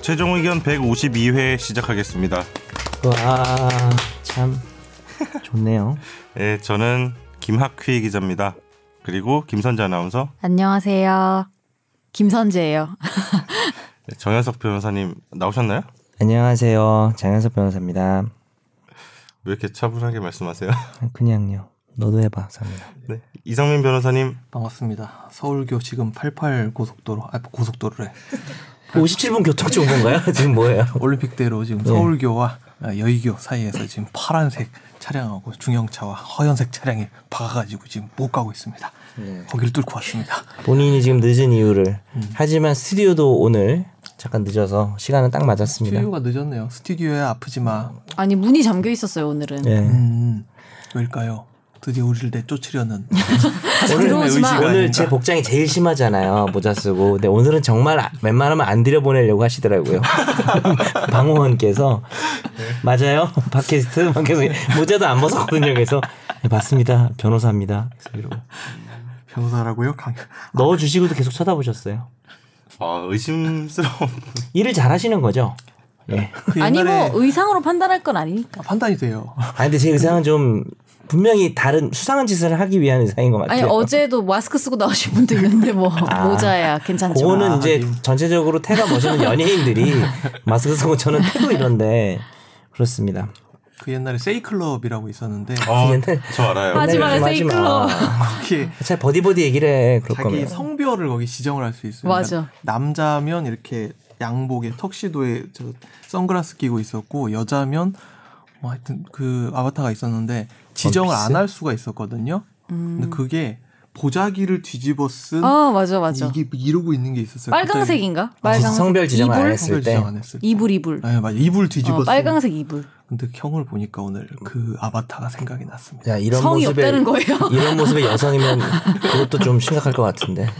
최종 의견 152회 시작하겠습니다. 와, 참 좋네요. 예, 저는 김학휘 기자입니다. 그리고 김선재 아나운서, 안녕하세요. 김선재예요. 예, 정현석 변호사님 나오셨나요? 안녕하세요. 장현석 변호사입니다. 왜 이렇게 차분하게 말씀하세요? 그냥요. 너도 해봐, 상민아. 네, 이성민 변호사님, 반갑습니다. 서울교 지금 88 고속도로 아 고속도로래 57분 교통 좋은 건가요? 지금 뭐예요? 올림픽대로 지금 서울교와 아, 여의교 사이에서 지금 파란색 차량하고 중형차와 허연색 차량이 박아가지고 지금 못 가고 있습니다. 거기를 뚫고 왔습니다. 본인이 지금 늦은 이유를. 하지만 스튜디오도 오늘 잠깐 늦어서 시간은 딱 맞았습니다. 스튜디오가 늦었네요. 스튜디오에 아프지 마. 아니 문이 잠겨 있었어요 오늘은. 예. 음, 왜일까요? 드디어 우리를 내쫓으려는 들어오지 마. 의지가 오늘 아닌가. 제 복장이 제일 심하잖아요. 모자 쓰고. 근데 오늘은 정말 아- 웬만하면 안 들여보내려고 하시더라고요. 방호원께서. 맞아요. 팟캐스트. 팟캐스트. 모자도 안 벗었거든요. 그래서. 네, 맞습니다. 변호사입니다. 그래서 이러고. 변호사라고요? 강... 넣어주시고도 계속 쳐다보셨어요. 아, 의심스러운 일을 잘하시는 거죠? 예. 그 아니 뭐 옛날에 의상으로 판단할 건 아니니까. 판단이 돼요. 아니, 근데 제 의상은 좀 분명히 다른 수상한 짓을 하기 위한 의상인 것 아니 그렇죠. 같아요. 어제도 마스크 쓰고 나오신 분도 있는데 뭐 아, 모자야 괜찮죠. 그거는 아, 네. 이제 전체적으로 태가 멋있는 연예인들이 마스크 쓰고 저는 태도 이런데 그렇습니다. 그 옛날에 세이클럽이라고 있었는데 어, 옛날- 저 알아요. 하지 마요, 좀 하지 네, 마. 거기에 잘 버디버디 얘기를 해 그럴 자기 거면. 성별을 거기 지정을 할 수 있어요. 맞아. 그러니까 남자면 이렇게 양복에 턱시도에 저 선글라스 끼고 있었고 여자면 뭐 하여튼 그 아바타가 있었는데 지정을 안 할 수가 있었거든요. 근데 그게 보자기를 뒤집어 쓴 음. 아 맞아 맞아. 이게 이러고 있는 게 있었어요. 빨강색인가? 지- 빨강 성별 지정을 안 이불? 했을 아, 성별 때. 지정 안 했을 때. 이불 이불. 네, 맞아. 이불 뒤집어 어, 쓴. 빨강색 이불. 근데 형을 보니까 오늘 그 아바타가 생각이 났습니다. 야 이런 성이 모습에 없다는 거예요. 이런 모습의 여성이면 그것도 좀 심각할 것 같은데. 네.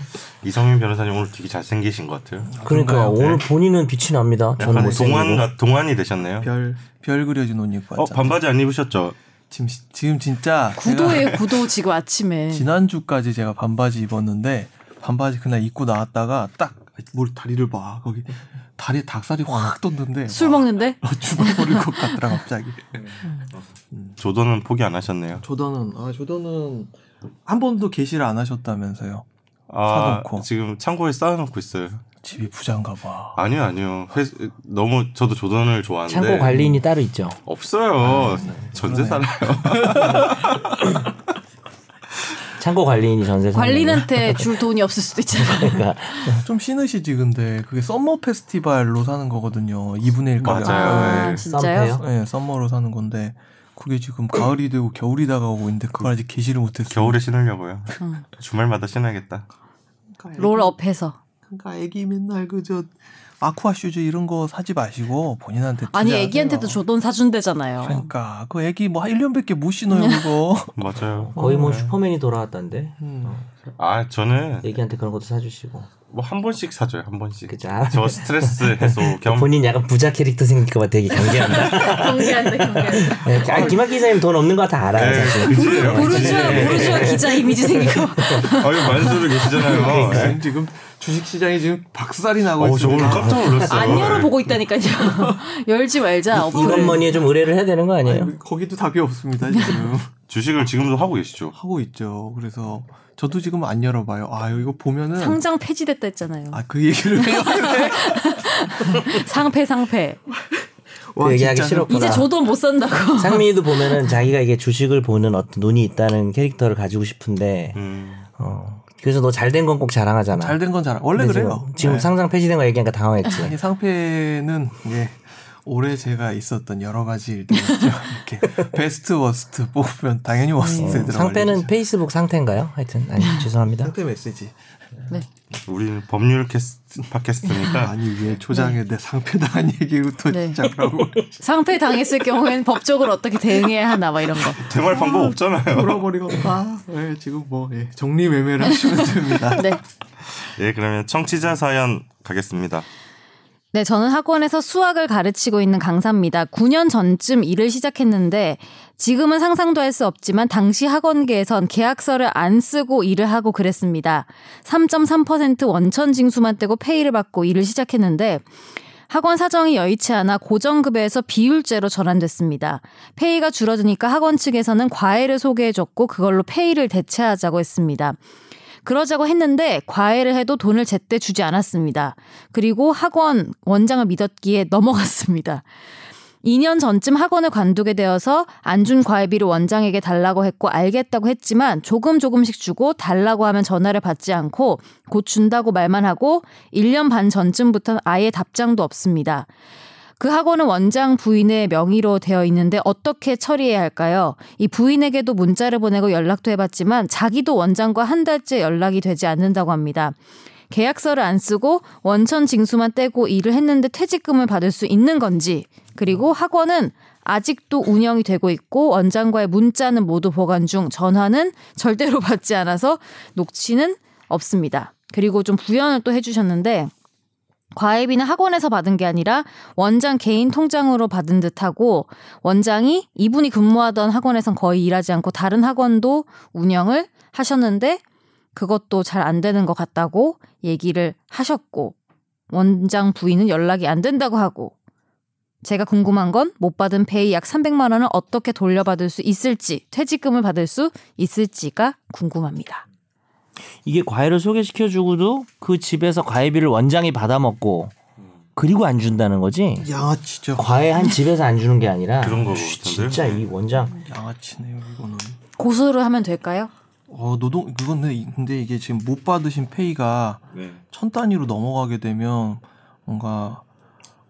이성민 변호사님 오늘 되게 잘생기신 것 같아요. 그러니까 오늘 본인은 빛이 납니다. 저는 약간 못생기 동안, 고 같- 동안이 되셨네요. 별, 별 그려진 옷 입고 어, 왔잖아. 반바지 안 입으셨죠? 지금, 시- 지금 진짜 제가- 구도에 구도 지금 아침에. 예. 지난주까지 제가 반바지 입었는데 반바지 그날 입고 나왔다가 딱 뭘 다리를 봐 거기 다리에 닭살이 확 떴는데 술 와, 먹는데? 죽어버릴 것 같더라 갑자기 조던은 포기 안 하셨네요. 조던은 아 조던은 한 번도 게시를 안 하셨다면서요 아, 사놓고. 지금 창고에 쌓아놓고 있어요. 집이 부자인가 봐 아니요, 아니요. 회- 너무 저도 조던을 좋아하는데 창고 관리인이 따로 있죠. 없어요. 전세 살아요. 창고 관리인이 전세 관리한테 줄 돈이 없을 수도 있잖아. 그러니까 좀 신으시지 근데 그게 썸머 페스티벌로 사는 거거든요 2분의 1 가격 맞아요. 아 네. 진짜요? 썸패요? 예 네, 썸머로 사는 건데 그게 지금 가을이 되고 겨울이 다가오고 있는데 그걸 아직 게시를 못했어요 겨울에 신으려고요. 응. 주말마다 신어야겠다. 롤업해서. 그러니까 애기 맨날 그저 아쿠아 슈즈 이런 거 사지 마시고 본인한테 아니 투자하세요. 애기한테도 줬돈 사준대잖아요. 그러니까 그 애기 뭐 1년밖에 못 신어요 그거 맞아요. 거의 뭐 슈퍼맨이 돌아왔던데. 음. 아 저는 애기한테 그런 것도 사주시고. 뭐 한 번씩 사줘요. 한 번씩. 그죠. 저 스트레스 해소 겸 본인 약간 부자 캐릭터 생길까봐 되게 경계한다. 공개한대 공개한대. 네, 아, 김학 기자님 돈 없는 거 다 알아요. 네, 사실. 그지예요, 그지. 보르주아 보르주아 기자 이미지 생기고. 아유 만수를 계시잖아요. 네. 어, 지금, 지금 주식 시장이 지금 박살이 나고 어, 저 오늘 있습니다. 깜짝 놀랐어요. 안 열어보고 있다니까요. 열지 말자. 이런 어플을. 머니에 좀 의뢰를 해야 되는 거 아니에요? 거기도 답이 없습니다 지금 네. 주식을 지금도 하고 계시죠? 하고 있죠. 그래서 저도 지금 안 열어봐요. 아 이거 보면은 상장 폐지됐다 했잖아요. 아 그 얘기를 해요. 상패 상패. 와, 그 얘기하기 진짜. 싫었구나. 이제 저돈 못 산다고. 상민이도 보면은 자기가 이게 주식을 보는 어떤 눈이 있다는 캐릭터를 가지고 싶은데 음. 어, 그래서 너 잘 된 건 꼭 자랑하잖아. 잘된 건 잘. 원래 근데 그래요. 지금, 지금 네. 아, 상장 폐지된 거 얘기하니까 당황했지. 이 상패는 예 올해 제가 있었던 여러 가지 일들이죠. 이렇게 베스트 워스트 뽑으면 당연히 네. 워스트에 들어가죠. 음. 상패는 페이스북 상태인가요? 하여튼 아니 음. 죄송합니다. 상패 메시지. 네. 우리는 법률 캐스트 팟캐스트니까 아니 왜 초장에 내 상패 당한 얘기부터 네. 시작하고 상패 당했을 경우엔 법적으로 어떻게 대응해야 하나 막 이런 거. 대말 방법 없잖아요. 돌아버리고 아 예, 지금 뭐 예, 정리 매매를 하시면 됩니다. 네. 예 그러면 청취자 사연 가겠습니다. 네, 저는 학원에서 수학을 가르치고 있는 강사입니다. 9년 전쯤 일을 시작했는데 지금은 상상도 할 수 없지만 당시 학원계에선 계약서를 안 쓰고 일을 하고 그랬습니다. 3.3% 원천 징수만 떼고 페이를 받고 일을 시작했는데 학원 사정이 여의치 않아 고정급여에서 비율제로 전환됐습니다. 페이가 줄어드니까 학원 측에서는 과외를 소개해줬고 그걸로 페이를 대체하자고 했습니다. 그러자고 했는데 과외를 해도 돈을 제때 주지 않았습니다. 그리고 학원 원장을 믿었기에 넘어갔습니다. 2년 전쯤 학원을 관두게 되어서 안 준 과외비를 원장에게 달라고 했고 알겠다고 했지만 조금 조금씩 주고 달라고 하면 전화를 받지 않고 곧 준다고 말만 하고 1년 반 전쯤부터는 아예 답장도 없습니다. 그 학원은 원장 부인의 명의로 되어 있는데 어떻게 처리해야 할까요? 이 부인에게도 문자를 보내고 연락도 해봤지만 자기도 원장과 한 달째 연락이 되지 않는다고 합니다. 계약서를 안 쓰고 원천 징수만 떼고 일을 했는데 퇴직금을 받을 수 있는 건지 그리고 학원은 아직도 운영이 되고 있고 원장과의 문자는 모두 보관 중 전화는 절대로 받지 않아서 녹취는 없습니다. 그리고 좀 부연을 또 해주셨는데 과외비는 학원에서 받은 게 아니라 원장 개인 통장으로 받은 듯하고 원장이 이분이 근무하던 학원에선 거의 일하지 않고 다른 학원도 운영을 하셨는데 그것도 잘 안 되는 것 같다고 얘기를 하셨고 원장 부인은 연락이 안 된다고 하고 제가 궁금한 건 못 받은 페이 약 300만 원을 어떻게 돌려받을 수 있을지 퇴직금을 받을 수 있을지가 궁금합니다. 이게 과외를 소개시켜 주고도 그 집에서 과외비를 원장이 받아 먹고 그리고 안 준다는 거지. 양아치죠. 과외 한 집에서 안 주는 게 아니라 그런 거 씨, 같은데요? 진짜 이 원장 양아치네요 이거는. 고소를 하면 될까요? 어 노동 그건 근데 이- 근데 이게 지금 못 받으신 페이가 네. 천 단위로 넘어가게 되면 뭔가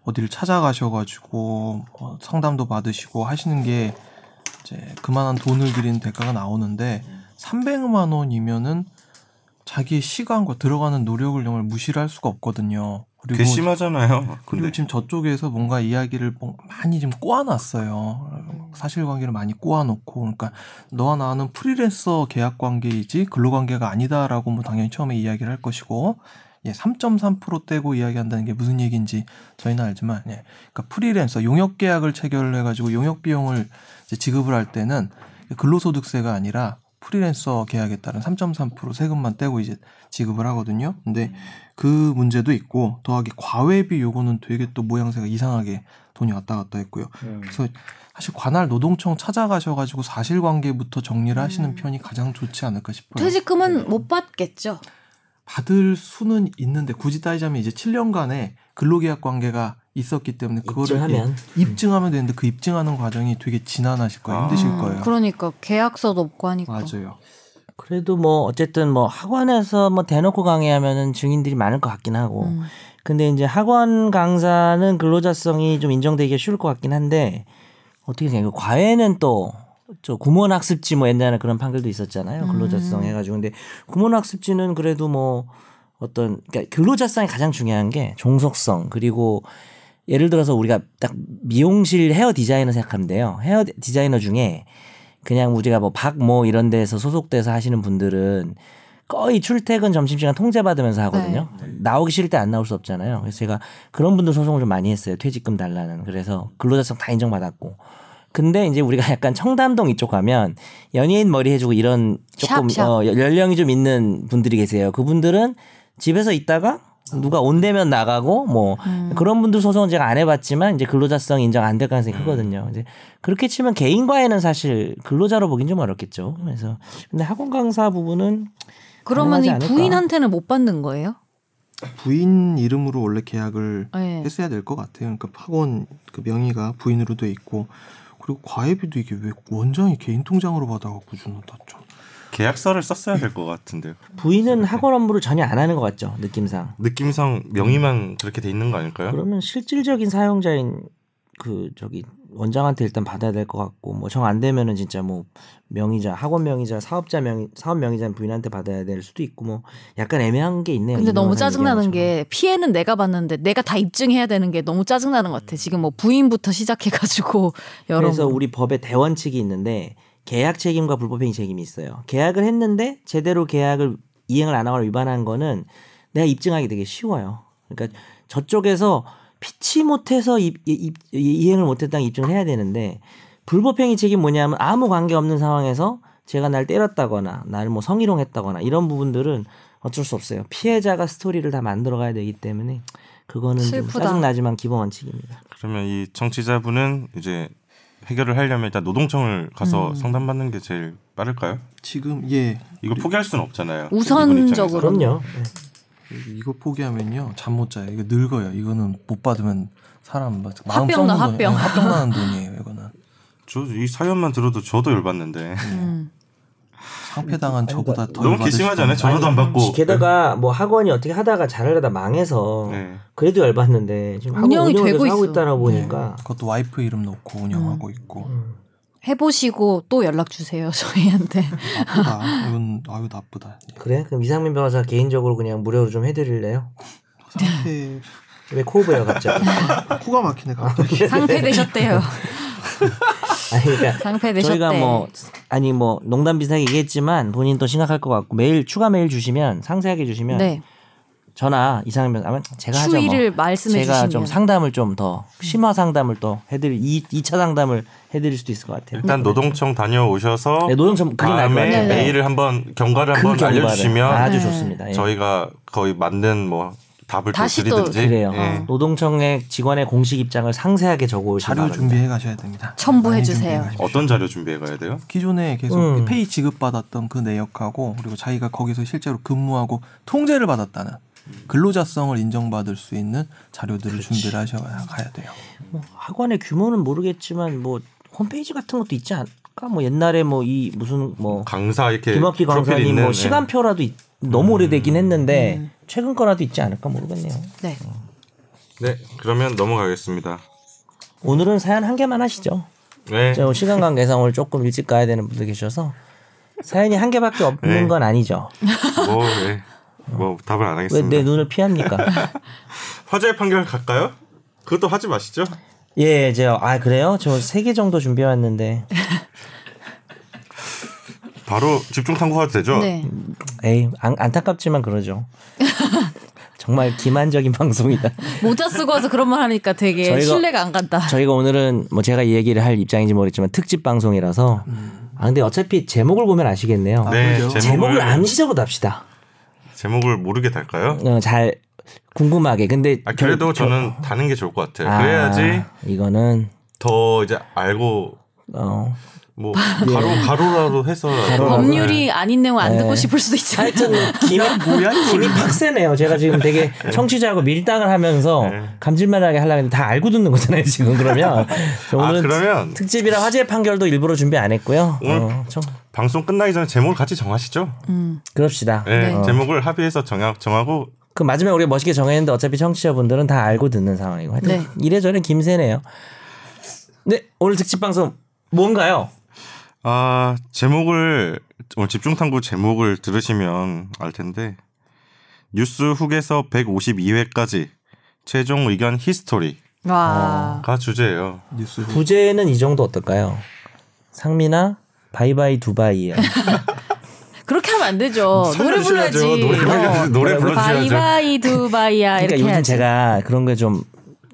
어디를 찾아가셔가지고 뭐 상담도 받으시고 하시는 게 이제 그만한 돈을 들이는 대가가 나오는데 300만 원이면은 자기의 시간과 들어가는 노력을 정말 무시를 할 수가 없거든요. 그리고 괘씸하잖아요. 그리고 근데. 지금 저쪽에서 뭔가 이야기를 뭐 많이 지금 꼬아놨어요. 사실관계를 많이 꼬아놓고, 그러니까 너와 나는 프리랜서 계약 관계이지 근로관계가 아니다라고 뭐 당연히 처음에 이야기를 할 것이고, 예, 3.3% 떼고 이야기한다는 게 무슨 얘기인지 저희는 알지만, 예, 그러니까 프리랜서 용역 계약을 체결을 해가지고 용역 비용을 이제 지급을 할 때는 근로소득세가 아니라 프리랜서 계약에 따른 3.3% 세금만 떼고 이제 지급을 하거든요. 근데 그 문제도 있고 더하기 과외비 요거는 되게 또 모양새가 이상하게 돈이 왔다 갔다 했고요. 그래서 사실 관할 노동청 찾아가셔가지고 사실관계부터 정리를 하시는 편이 가장 좋지 않을까 아, 싶어요. 네. 퇴직금은 못 받겠죠. 받을 수는 있는데 굳이 따지자면 이제 7년간의 근로계약 관계가 있었기 때문에 그거를 입증하면 예, 입증하면 되는데 그 입증하는 과정이 되게 지난하실 거예요. 아. 힘드실 음, 거예요. 그러니까 계약서도 없고 하니까. 맞아요. 그래도 뭐 어쨌든 뭐 학원에서 뭐 대놓고 강의하면은 증인들이 많을 것 같긴 하고. 음. 근데 이제 학원 강사는 근로자성이 좀 인정되기가 쉬울 것 같긴 한데 어떻게 생각해요? 과외는 또 저 구몬 학습지 뭐 옛날에 그런 판결도 있었잖아요. 근로자성 해가지고 근데 구몬 학습지는 그래도 뭐 어떤 그러니까 근로자성이 가장 중요한 게 종속성 그리고 예를 들어서 우리가 딱 미용실 헤어 디자이너 생각하면 돼요. 헤어 디- 디자이너 중에 그냥 우리가 뭐 박 뭐 이런 데서 소속돼서 하시는 분들은 거의 출퇴근 점심시간 통제받으면서 하거든요. 나오기 싫을 때 안 나올 수 없잖아요. 그래서 제가 그런 분들 소송을 좀 많이 했어요. 퇴직금 달라는. 그래서 근로자성 다 인정받았고. 근데 이제 우리가 약간 청담동 이쪽 가면 연예인 머리 해주고 이런 조금 샵, 샵. 어, 연령이 좀 있는 분들이 계세요. 그분들은 집에서 있다가 누가 온대면 나가고 뭐 음. 그런 분들 소송은 제가 안 해봤지만 이제 근로자성 인정 안 될 가능성이 크거든요. 이제 그렇게 치면 개인과에는 사실 근로자로 보긴 좀 어렵겠죠. 그래서 근데 학원 강사 부분은 그러면 이 가능하지 않을까. 부인한테는 못 받는 거예요? 부인 이름으로 원래 계약을 예. 네. 했어야 될 것 같아요. 그러니까 학원 그 명의가 부인으로 돼 있고 그리고 과외비도 이게 왜 원장이 개인 통장으로 받아갖고 주는 다죠. 계약서를 썼어야 될 것 같은데요. 부인은 학원 업무를 전혀 안 하는 것 같죠. 느낌상. 느낌상 명의만 그렇게 돼 있는 거 아닐까요? 음. 그러면 실질적인 사용자인 그 저기 원장한테 일단 받아야 될 것 같고 뭐 정 안 되면은 진짜 뭐 명의자 학원 명의자 사업자 명의 사업 명의자인 부인한테 받아야 될 수도 있고 뭐 약간 애매한 게 있네요. 근데 너무 이명환 선 짜증나는 얘기한 것처럼. 게 피해는 내가 봤는데 내가 다 입증해야 되는 게 너무 짜증나는 것 같아. 지금 뭐 부인부터 시작해가지고 여러 그래서 우리 법에 대원칙이 있는데 계약 책임과 불법행위 책임이 있어요. 계약을 했는데 제대로 계약을 이행을 안 하거나 위반한 거는 내가 입증하기 되게 쉬워요. 그러니까 저쪽에서 피치 못해서 입, 입- 이- 이행을 못했다는 입증을 해야 되는데 불법행위 책임 뭐냐면 아무 관계 없는 상황에서 제가 날 때렸다거나 나를 뭐 성희롱했다거나 이런 부분들은 어쩔 수 없어요. 피해자가 스토리를 다 만들어가야 되기 때문에 그거는 좀 슬프다. 짜증나지만 기본 원칙입니다. 그러면 이 청취자분은 이제 해결을 하려면 일단 노동청을 가서 음. 상담받는 게 제일 빠를까요? 지금 예 이거 포기할 수는 없잖아요. 우선적으로. 이분 입장에서. 그럼요. 네. 이거 포기하면요 잠 못 자요. 이거 늙어요. 이거는 못 받으면 사람 막 마음 화병 썩는 나, 거예요. 화병. 예, 화병 나는 돈이에요. 이거는 저 이 사연만 들어도 저도 열받는데 음. 상패당한 저보다 더 너무 괘씸하지 않아요? 전화도 안 받고 게다가 뭐 학원이 어떻게 하다가 잘하려다 망해서 네. 그래도 열받는데 지금 학원 운영이 운영이 되고 계속 하고 있어. 네. 있다라 보니까 그것도 와이프 이름 넣고 운영하고 있고 음. 해보시고 또 연락 주세요 저희한테. 네, 나쁘다. 이건 아유 나쁘다. 그래? 그럼 이상민 변호사 개인적으로 그냥 무료로 좀 해드릴래요? 상패 왜 코브예요 갑자기? 코가 막히네 갑자기. 상패되셨대요. 아니 그러니까 상패되셨대. 저희가 뭐 아니 뭐 농담 비슷하게 얘기했지만 본인 또 심각할 것 같고 메일 추가 메일 주시면 상세하게 주시면 네. 전화 이상민 변호사 아마 제가 하죠 뭐. 추이를 말씀해 제가 주시면 음. 좀 상담을 좀 더 심화 상담을 또 해드릴 이 2차 상담을 해드릴 수도 있을 것 같아요. 일단 노동청 다녀오셔서 네, 노동청 그게 나을 것 다음에 같아요. 메일을 한번 경과를 큰 한번 경과를. 알려주시면 아주 네. 좋습니다. 예. 저희가 거의 맞는 뭐 답을 또 다시 또 드리든지 그래요. 어. 예. 노동청의 직원의 공식 입장을 상세하게 적어오시면 자료 준비해 가셔야 됩니다. 첨부해 많이 주세요. 준비해 가십시오. 어떤 자료 준비해 가야 돼요? 기존에 계속 음. 페이 지급받았던 그 내역하고 그리고 자기가 거기서 실제로 근무하고 통제를 받았다는 근로자성을 인정받을 수 있는 자료들을 준비를 하셔가야 돼요. 뭐 학원의 규모는 모르겠지만 뭐 홈페이지 같은 것도 있지 않을까? 뭐 옛날에 뭐 이 무슨 뭐 강사 이렇게 김학기 프로필 강사님 있는, 뭐 예. 음. 시간표라도 있- 너무 오래되긴 했는데 음. 최근 거라도 있지 않을까 모르겠네요. 네. 네, 그러면 넘어가겠습니다. 오늘은 사연 한 개만 하시죠. 네, 저 시간 관계상 오늘 조금 일찍 가야 되는 분들 계셔서 사연이 한 개밖에 없는 네. 건 아니죠. 뭐, 네. 뭐 답을 안 왜 하겠습니다. 내 눈을 피합니까? 화재 판결 갈까요? 그것도 하지 마시죠. 예, 저아 그래요? 저 세 개 정도 준비해 왔는데 바로 집중 탐구가 되죠. 네. 에이 안, 안타깝지만 그러죠. 정말 기만적인 방송이다. 모자 쓰고 와서 그런 말 하니까 되게 저희가- 신뢰가 안 간다. 저희가 오늘은 뭐 제가 이 얘기를 할 입장인지 모르겠지만 특집 방송이라서 아 근데 어차피 제목을 보면 아시겠네요. 음. 네, 그죠? 제목을 제목을 암시적으로 답시다. 제목을 모르게 달까요? 어, 잘 궁금하게. 근데 아, 그래도 저- 저는 다는 게 좋을 것 같아요. 아, 그래야지 이거는 더 이제 알고 어 뭐 가로 가로라도 해서 네. 법률이 아닌 내용 안 듣고 싶을 수도 있잖아요. 하여튼 김이 뭐야 김이 빡세네요. 제가 지금 되게 청취자하고 밀당을 하면서 네. 감질만하게 하려고 했는데 다 알고 듣는 거잖아요. 지금 그러면 저아 오늘은 그러면 특집이라 화재 판결도 일부러 준비 안 했고요. 어, 좀 방송 끝나기 전에 제목을 같이 정하시죠. 그럽시다. 네, 네. 제목을 합의해서 정하, 정하고 그 마지막에 우리가 멋있게 정했는데 어차피 청취자분들은 다 알고 듣는 상황이고 하여튼 네. 이래저래 김새네요. 네 오늘 특집 방송 뭔가요? 아 제목을 오늘 집중 탐구 제목을 들으시면 알 텐데 뉴스 훅에서 152회까지 최종 의견 히스토리가 어. 와. 주제예요. 뉴스 부제는 이 정도 어떨까요? 상민아 바이바이 아, 두바이예요. 그러니까 그렇게 하면 안 되죠. 노래 살려주셔야죠. 불러야지. 어. 노래 불러야지. 노래 불러주셔야죠. 바이바이 두바이야 그러니까 이렇게 요즘 해야지. 제가 그런 게 좀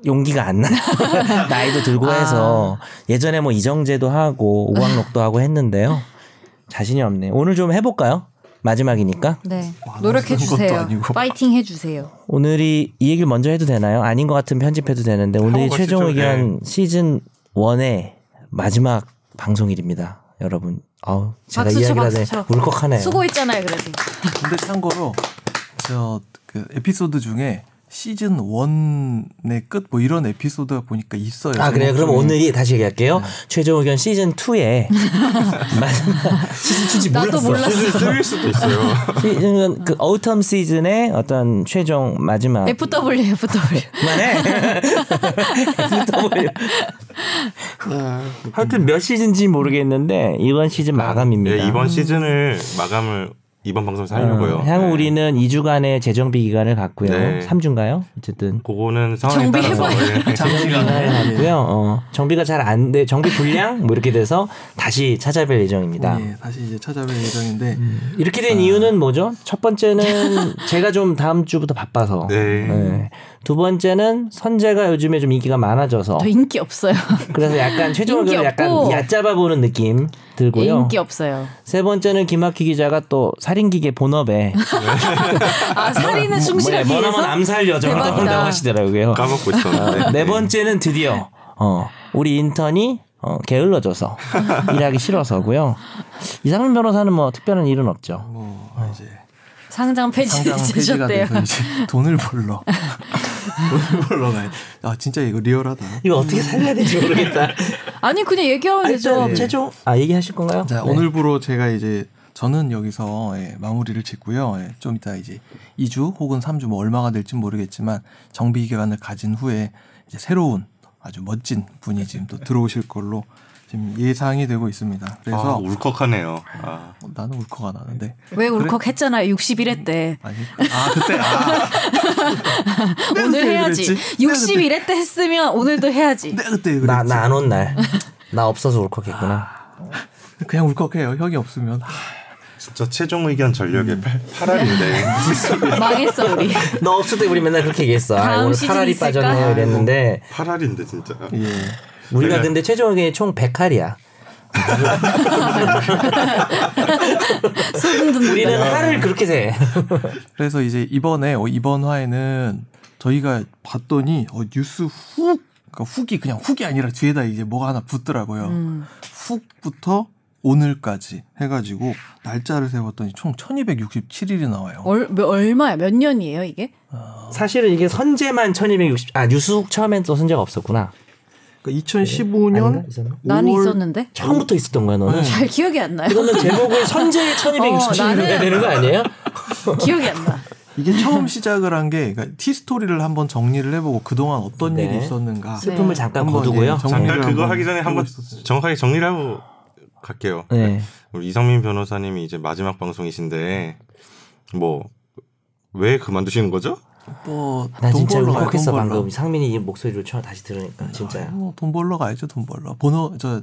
용기가 안 나. 나이도 들고 아. 해서 예전에 뭐 이정재도 하고 오광록도 하고 했는데요. 자신이 없네. 오늘 좀 해볼까요? 마지막이니까. 네. 와, 노력해 쓰는 것도 주세요. 아니고. 파이팅 해 주세요. 오늘이 이 얘기를 먼저 해도 되나요? 아닌 것 같으면 편집해도 되는데 오늘이 하고 최종 가시죠. 예. 의견 시즌 1의 마지막 방송일입니다. 여러분. 아우 제가 박수 쳐, 이야기를 박수 하네 쳐. 울컥하네요. 수고했잖아요, 그래도. 근데 참고로 저 그 에피소드 중에 시즌 원의 끝 뭐 이런 에피소드가 보니까 있어요. 아 그래요? 그럼 제목이. 오늘이 다시 얘기할게요. 네. 최종 의견 시즌 2에 마지막 시즌 2인지 나도 몰랐어. 몰랐어. 쓸릴 네, 수도 있어요. 시즌은 그 autumn 시즌의 어떤 최종 마지막 FW FW. 만에 네. 하여튼 몇 시즌인지 모르겠는데 이번 시즌 마감입니다. 네, 이번 시즌을 마감을 이번 방송에서 하려고요. 어, 향후 네. 우리는 2주간의 재정비 기간을 갖고요. 네. 3주인가요? 어쨌든 그거는 상황에 따라서 정비해봐요. 네. 예. 잠시만요. 갖고요. 어, 정비가 잘 안 돼. 정비 불량 뭐 이렇게 돼서 다시 찾아뵐 예정입니다. 네. 음. 예, 다시 이제 찾아뵐 예정인데 이렇게 아. 된 이유는 뭐죠? 첫 번째는 제가 좀 다음 주부터 바빠서. 네. 네. 두 번째는 선재가 요즘에 좀 인기가 많아져서 저 인기 없어요. 그래서 약간 최종 인기 의견을 약간 없고. 얕잡아 보는 느낌 들고요. 인기 없어요. 세 번째는 김학휘 기자가 또 살인기계 본업에 아 살인은 충실하기 뭐냐, 뭐냐면 위해서 암살 여정을 대박이다. 떠온다고 하시더라고요. 까먹고 있었는데. 아, 네 번째는 드디어 어, 우리 인턴이 어, 게을러져서 일하기 싫어서고요. 이상민 변호사는 뭐 특별한 일은 없죠. 뭐 이제 상장 폐지 상장 폐지가 되셨대요. 돼서 이제 돈을 벌러 돈을 벌러 가야 돼. 아 진짜 이거 리얼하다. 이거 어떻게 살려야 될지 모르겠다. 아니 그냥 얘기하면 되죠. 일단 최종 아 얘기하실 건가요? 자 네. 오늘부로 제가 이제 저는 여기서 예, 마무리를 짓고요. 예, 좀 이따 이제 2주 혹은 3주 뭐 얼마가 될지 모르겠지만 정비 기간을 가진 후에 이제 새로운 아주 멋진 분이 지금 또 들어오실 걸로 지금 예상이 되고 있습니다. 아, 그래서 어, 울컥하네요. 아. 나는 울컥 안 하는데 왜 울컥했잖아요. 61회 때 아니 아 그때 아 오늘 그때 해야지. 그랬지. 61회 때 했으면 오늘도 해야지. 내가 그때 그랬지. 나 나 안 온 날. 나 없어서 울컥했구나. 그냥 울컥해요. 형이 없으면 아, 진짜 최종 의견 전력의 팔 8알인데 망했어 우리. 너 없을 때 우리 맨날 그렇게 얘기했어. 아, 다음 오늘 시즌 팔알이 있을까? 빠졌네요 이랬는데 8알인데 진짜. 예. 우리가 그래. 근데 최종 의견이 총 100할이야. 소름 돋는다. 우리는 할을 그렇게 세. 그래서 이제 이번에 어, 이번 화에는 저희가 봤더니 어, 뉴스 훅 그러니까 훅이 그냥 훅이 아니라 뒤에다 이제 뭐가 하나 붙더라고요. 음. 훅부터 오늘까지 해가지고 날짜를 세웠더니 총 1267일이 나와요. 얼, 몇- 얼마야? 몇 년이에요 이게? 사실은 이게 선제만 1260. 아 뉴스훅 처음엔 또 선제가 없었구나. 그러니까 2015년 있었나? 네. 나는 5월 있었는데 처음부터 있었던 거야 너는. 잘 기억이 안 나요. 이거는 제목을 선제 어, 1267로 나는- 해야 되는 거 아니에요? 기억이 안 나. 이게 처음 시작을 한 게 그러니까 티스토리를 한번 정리를 해보고 그동안 어떤 네. 일이 있었는가 슬픔을 네. 잠깐 한번, 거두고요. 예, 정- 잠깐 정리를 그거 한번 하기 전에 한번 정확하게 정리를 하고 갈게요. 네. 우리 이상민 변호사님이 이제 마지막 방송이신데 뭐 왜 그만두시는 거죠? 나 뭐돈 진짜 벌러 가요. 돈 울컥했어 벌러. 방금 네. 상민이 이 목소리를 처음 다시 들으니까 진짜. 뭐 돈 벌러 가야죠. 돈 벌러. 번호 저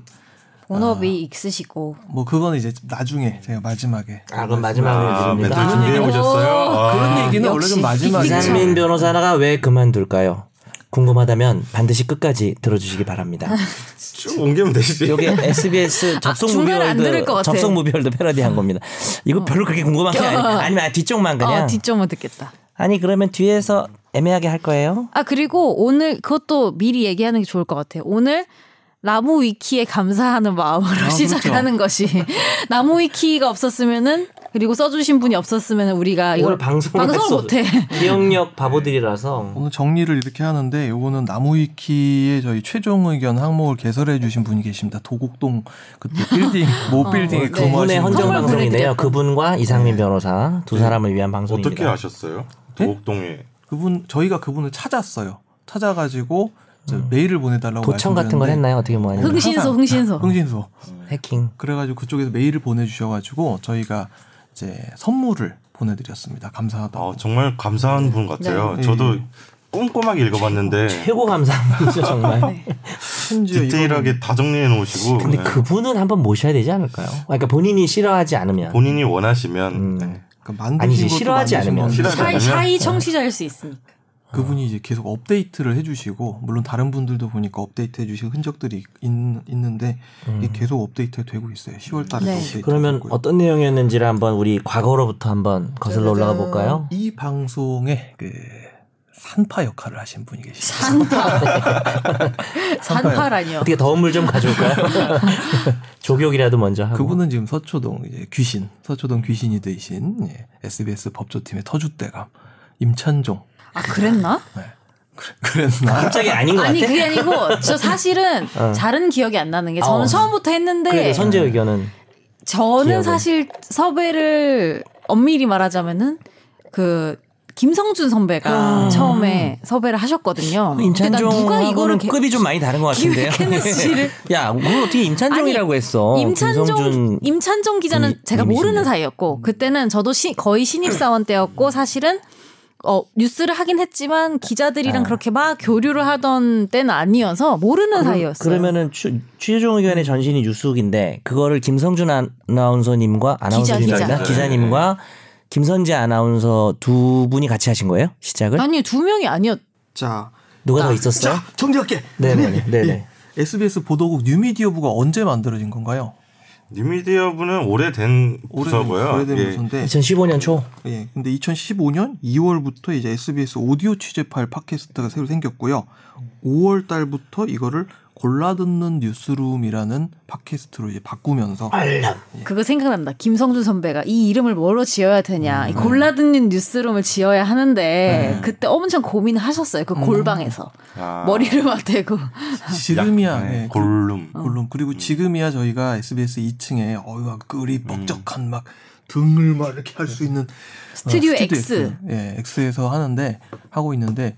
본업이 익스시고 뭐 그거는 이제 나중에 제가 마지막에 아 그럼 네, 마지막으로 아, 멘트 드립니다. 준비해 오셨어요? 아. 그런 얘기는 원래 역시 좀 마지막에 기기죠. 이상민 변호사가 왜 그만둘까요? 궁금하다면 반드시 끝까지 들어주시기 바랍니다. 쭉 옮기면 되시지. 여기 SBS 접속 중간에 아, 안 들을 무비월드 것 같아. 어. 접속 무비월드 패러디한 겁니다. 이거 별로 그렇게 궁금한 게 아니, 아니면 아예 뒤쪽만 그냥. 아, 뒷점은 듣겠다. 아니 그러면 뒤에서 애매하게 할 거예요. 아 그리고 오늘 그것도 미리 얘기하는 게 좋을 것 같아요. 오늘 나무 위키에 감사하는 아, 마음으로 그렇죠. 시작하는 것이 나무 위키가 없었으면은 그리고 써주신 분이 없었으면 우리가 아, 이걸 오늘 방송을 방송을 했어도 못해. 기억력 바보들이라서 오늘 정리를 이렇게 하는데 요거는 나무위키의 저희 최종 의견 항목을 개설해 주신 분이 계십니다. 도곡동 그 빌딩 모 빌딩에 네. 그분의 뭐 근무하시는 분. 어, 헌정 선물 방송이네요. 보내드려요. 그분과 이상민 변호사 두 사람을 위한 방송입니다. 어떻게 아셨어요? 네? 도곡동에 그분 저희가 그분을 찾았어요. 찾아가지고 저 메일을 보내달라고 음. 도청 같은 걸 말씀드렸는데 했나요? 어떻게 뭐 아니면 흥신소 흥신소. 흥신소. 해킹. 그래가지고 그쪽에서 메일을 보내주셔가지고 저희가 이제 선물을 보내드렸습니다. 감사하다고. 어, 아, 정말 감사한 분 같아요. 저도 꼼꼼하게 읽어봤는데 최고 감사합니다 정말. 심지어 디테일하게 다 정리해 놓으시고 근데 네. 그분은 한번 모셔야 되지 않을까요? 아, 그러니까 본인이 싫어하지 않으면 본인이 원하시면 네. 그 만드신 아니지, 것도 싫어하지 만드신 않으면. 건데 싫어하지 샤이, 샤이 청취자일 수 있으니까. 그분이 이제 계속 업데이트를 해주시고 물론 다른 분들도 보니까 업데이트 해주신 흔적들이 있, 는데 이게 계속 업데이트가 되고 있어요. 10월달에 네. 업데이트. 음. 그러면 어떤 내용이었는지를 한번 우리 과거로부터 한번 거슬러 올라가 볼까요? 이 방송에 그 산파 역할을 하신 분이 계시죠. 산파라니요. 어떻게 더운 물 좀 가져올까요? 조격이라도 먼저 하고. 그분은 지금 서초동 이제 귀신, 서초동 귀신이 되신 예, SBS 법조팀의 터줏대감 임찬종. 아 그랬나? 그랬나? 갑자기 아닌 것 아니 같아. 그게 아니고 저 사실은 잘은 기억이 안 나는 게 저는 어. 처음부터 그래도 했는데 선재 의견은 저는 기억은. 사실 섭외를 엄밀히 말하자면은 그 김성준 선배가 처음에 섭외를 하셨거든요. 그 근데 나 누가 이거를 개- 뭐 급이 좀 많이 다른 것 같은데요. 기획해냈 씨를- 야, 그걸 어떻게 임찬종이라고 아니, 했어? 임찬종 김성준 임찬종 기자는 님- 제가 님이신데. 음. 모르는 사이였고 그때는 저도 시- 거의 신입 사원 때였고 사실은 어 뉴스를 하긴 했지만 기자들이랑 그렇게 막 교류를 하던 때는 아니어서 모르는 사이였어요. 아. 그러면은 취, 최종 의견의 전신이 뉴스국인데 그거를 김성준 아나운서님과 아나운서님이나 기자. 네. 기자, 기자님과 김선재 아나운서 두 분이 같이 하신 거예요? 시작을? 아니 아, 두 명이 아니었. 자, 누가 더 있었어요? 자, 정리할게. 네네네, 정리할게. 네네. 이 SBS 보도국 뉴미디어부가 언제 만들어진 건가요? 뉴미디어부는 오래된 오래된 부서고요. 오래된 예. 네. 부서인데 2015년 초. 예, 근데 2015년 2월부터 이제 SBS 오디오 취재파일 팟캐스트가 새로 생겼고요. 5월 달부터 이거를 골라 듣는 뉴스룸이라는 팟캐스트로 이제 바꾸면서 아, 예. 알람. 그거 생각난다. 김성준 선배가 이 이름을 뭐로 지어야 되냐. 음. 이 골라듣는 뉴스룸을 지어야 하는데 네. 그때 엄청 음. 고민하셨어요. 그 골방에서 아, 머리를 맞대고 지금이야 약- 네, 예, 골룸. 음. 물론 그리고 지금이야 저희가 SBS 2층에 어유 막 끌이 음. 뻑적한 막 등을 막 이렇게 할 네. 수 있는 스튜디오 X. 예, X에서 하는데 하고 있는데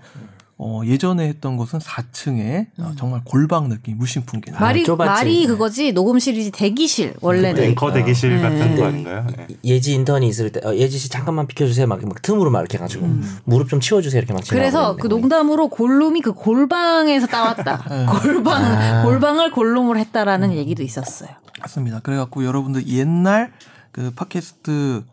어, 예전에 했던 것은 4층에 어, 음. 정말 골방 느낌 무심 풍기는 말이 아, 좁았지. 네. 말이 그거지 녹음실이지 대기실 원래는 앵커 대기실 같은 네. 거 아닌가요? 예. 예지 인턴이 있을 때 어, 예지 씨 잠깐만 비켜주세요 막, 막 틈으로 막 이렇게 가지고 무릎 좀 치워주세요 이렇게 막 음. 그래서 그 농담으로 골룸이 그 골방에서 음. 따왔다. 골방 아. 골방을 골룸으로 했다라는 얘기도 있었어요. 맞습니다. 그래갖고 여러분들 옛날 그 팟캐스트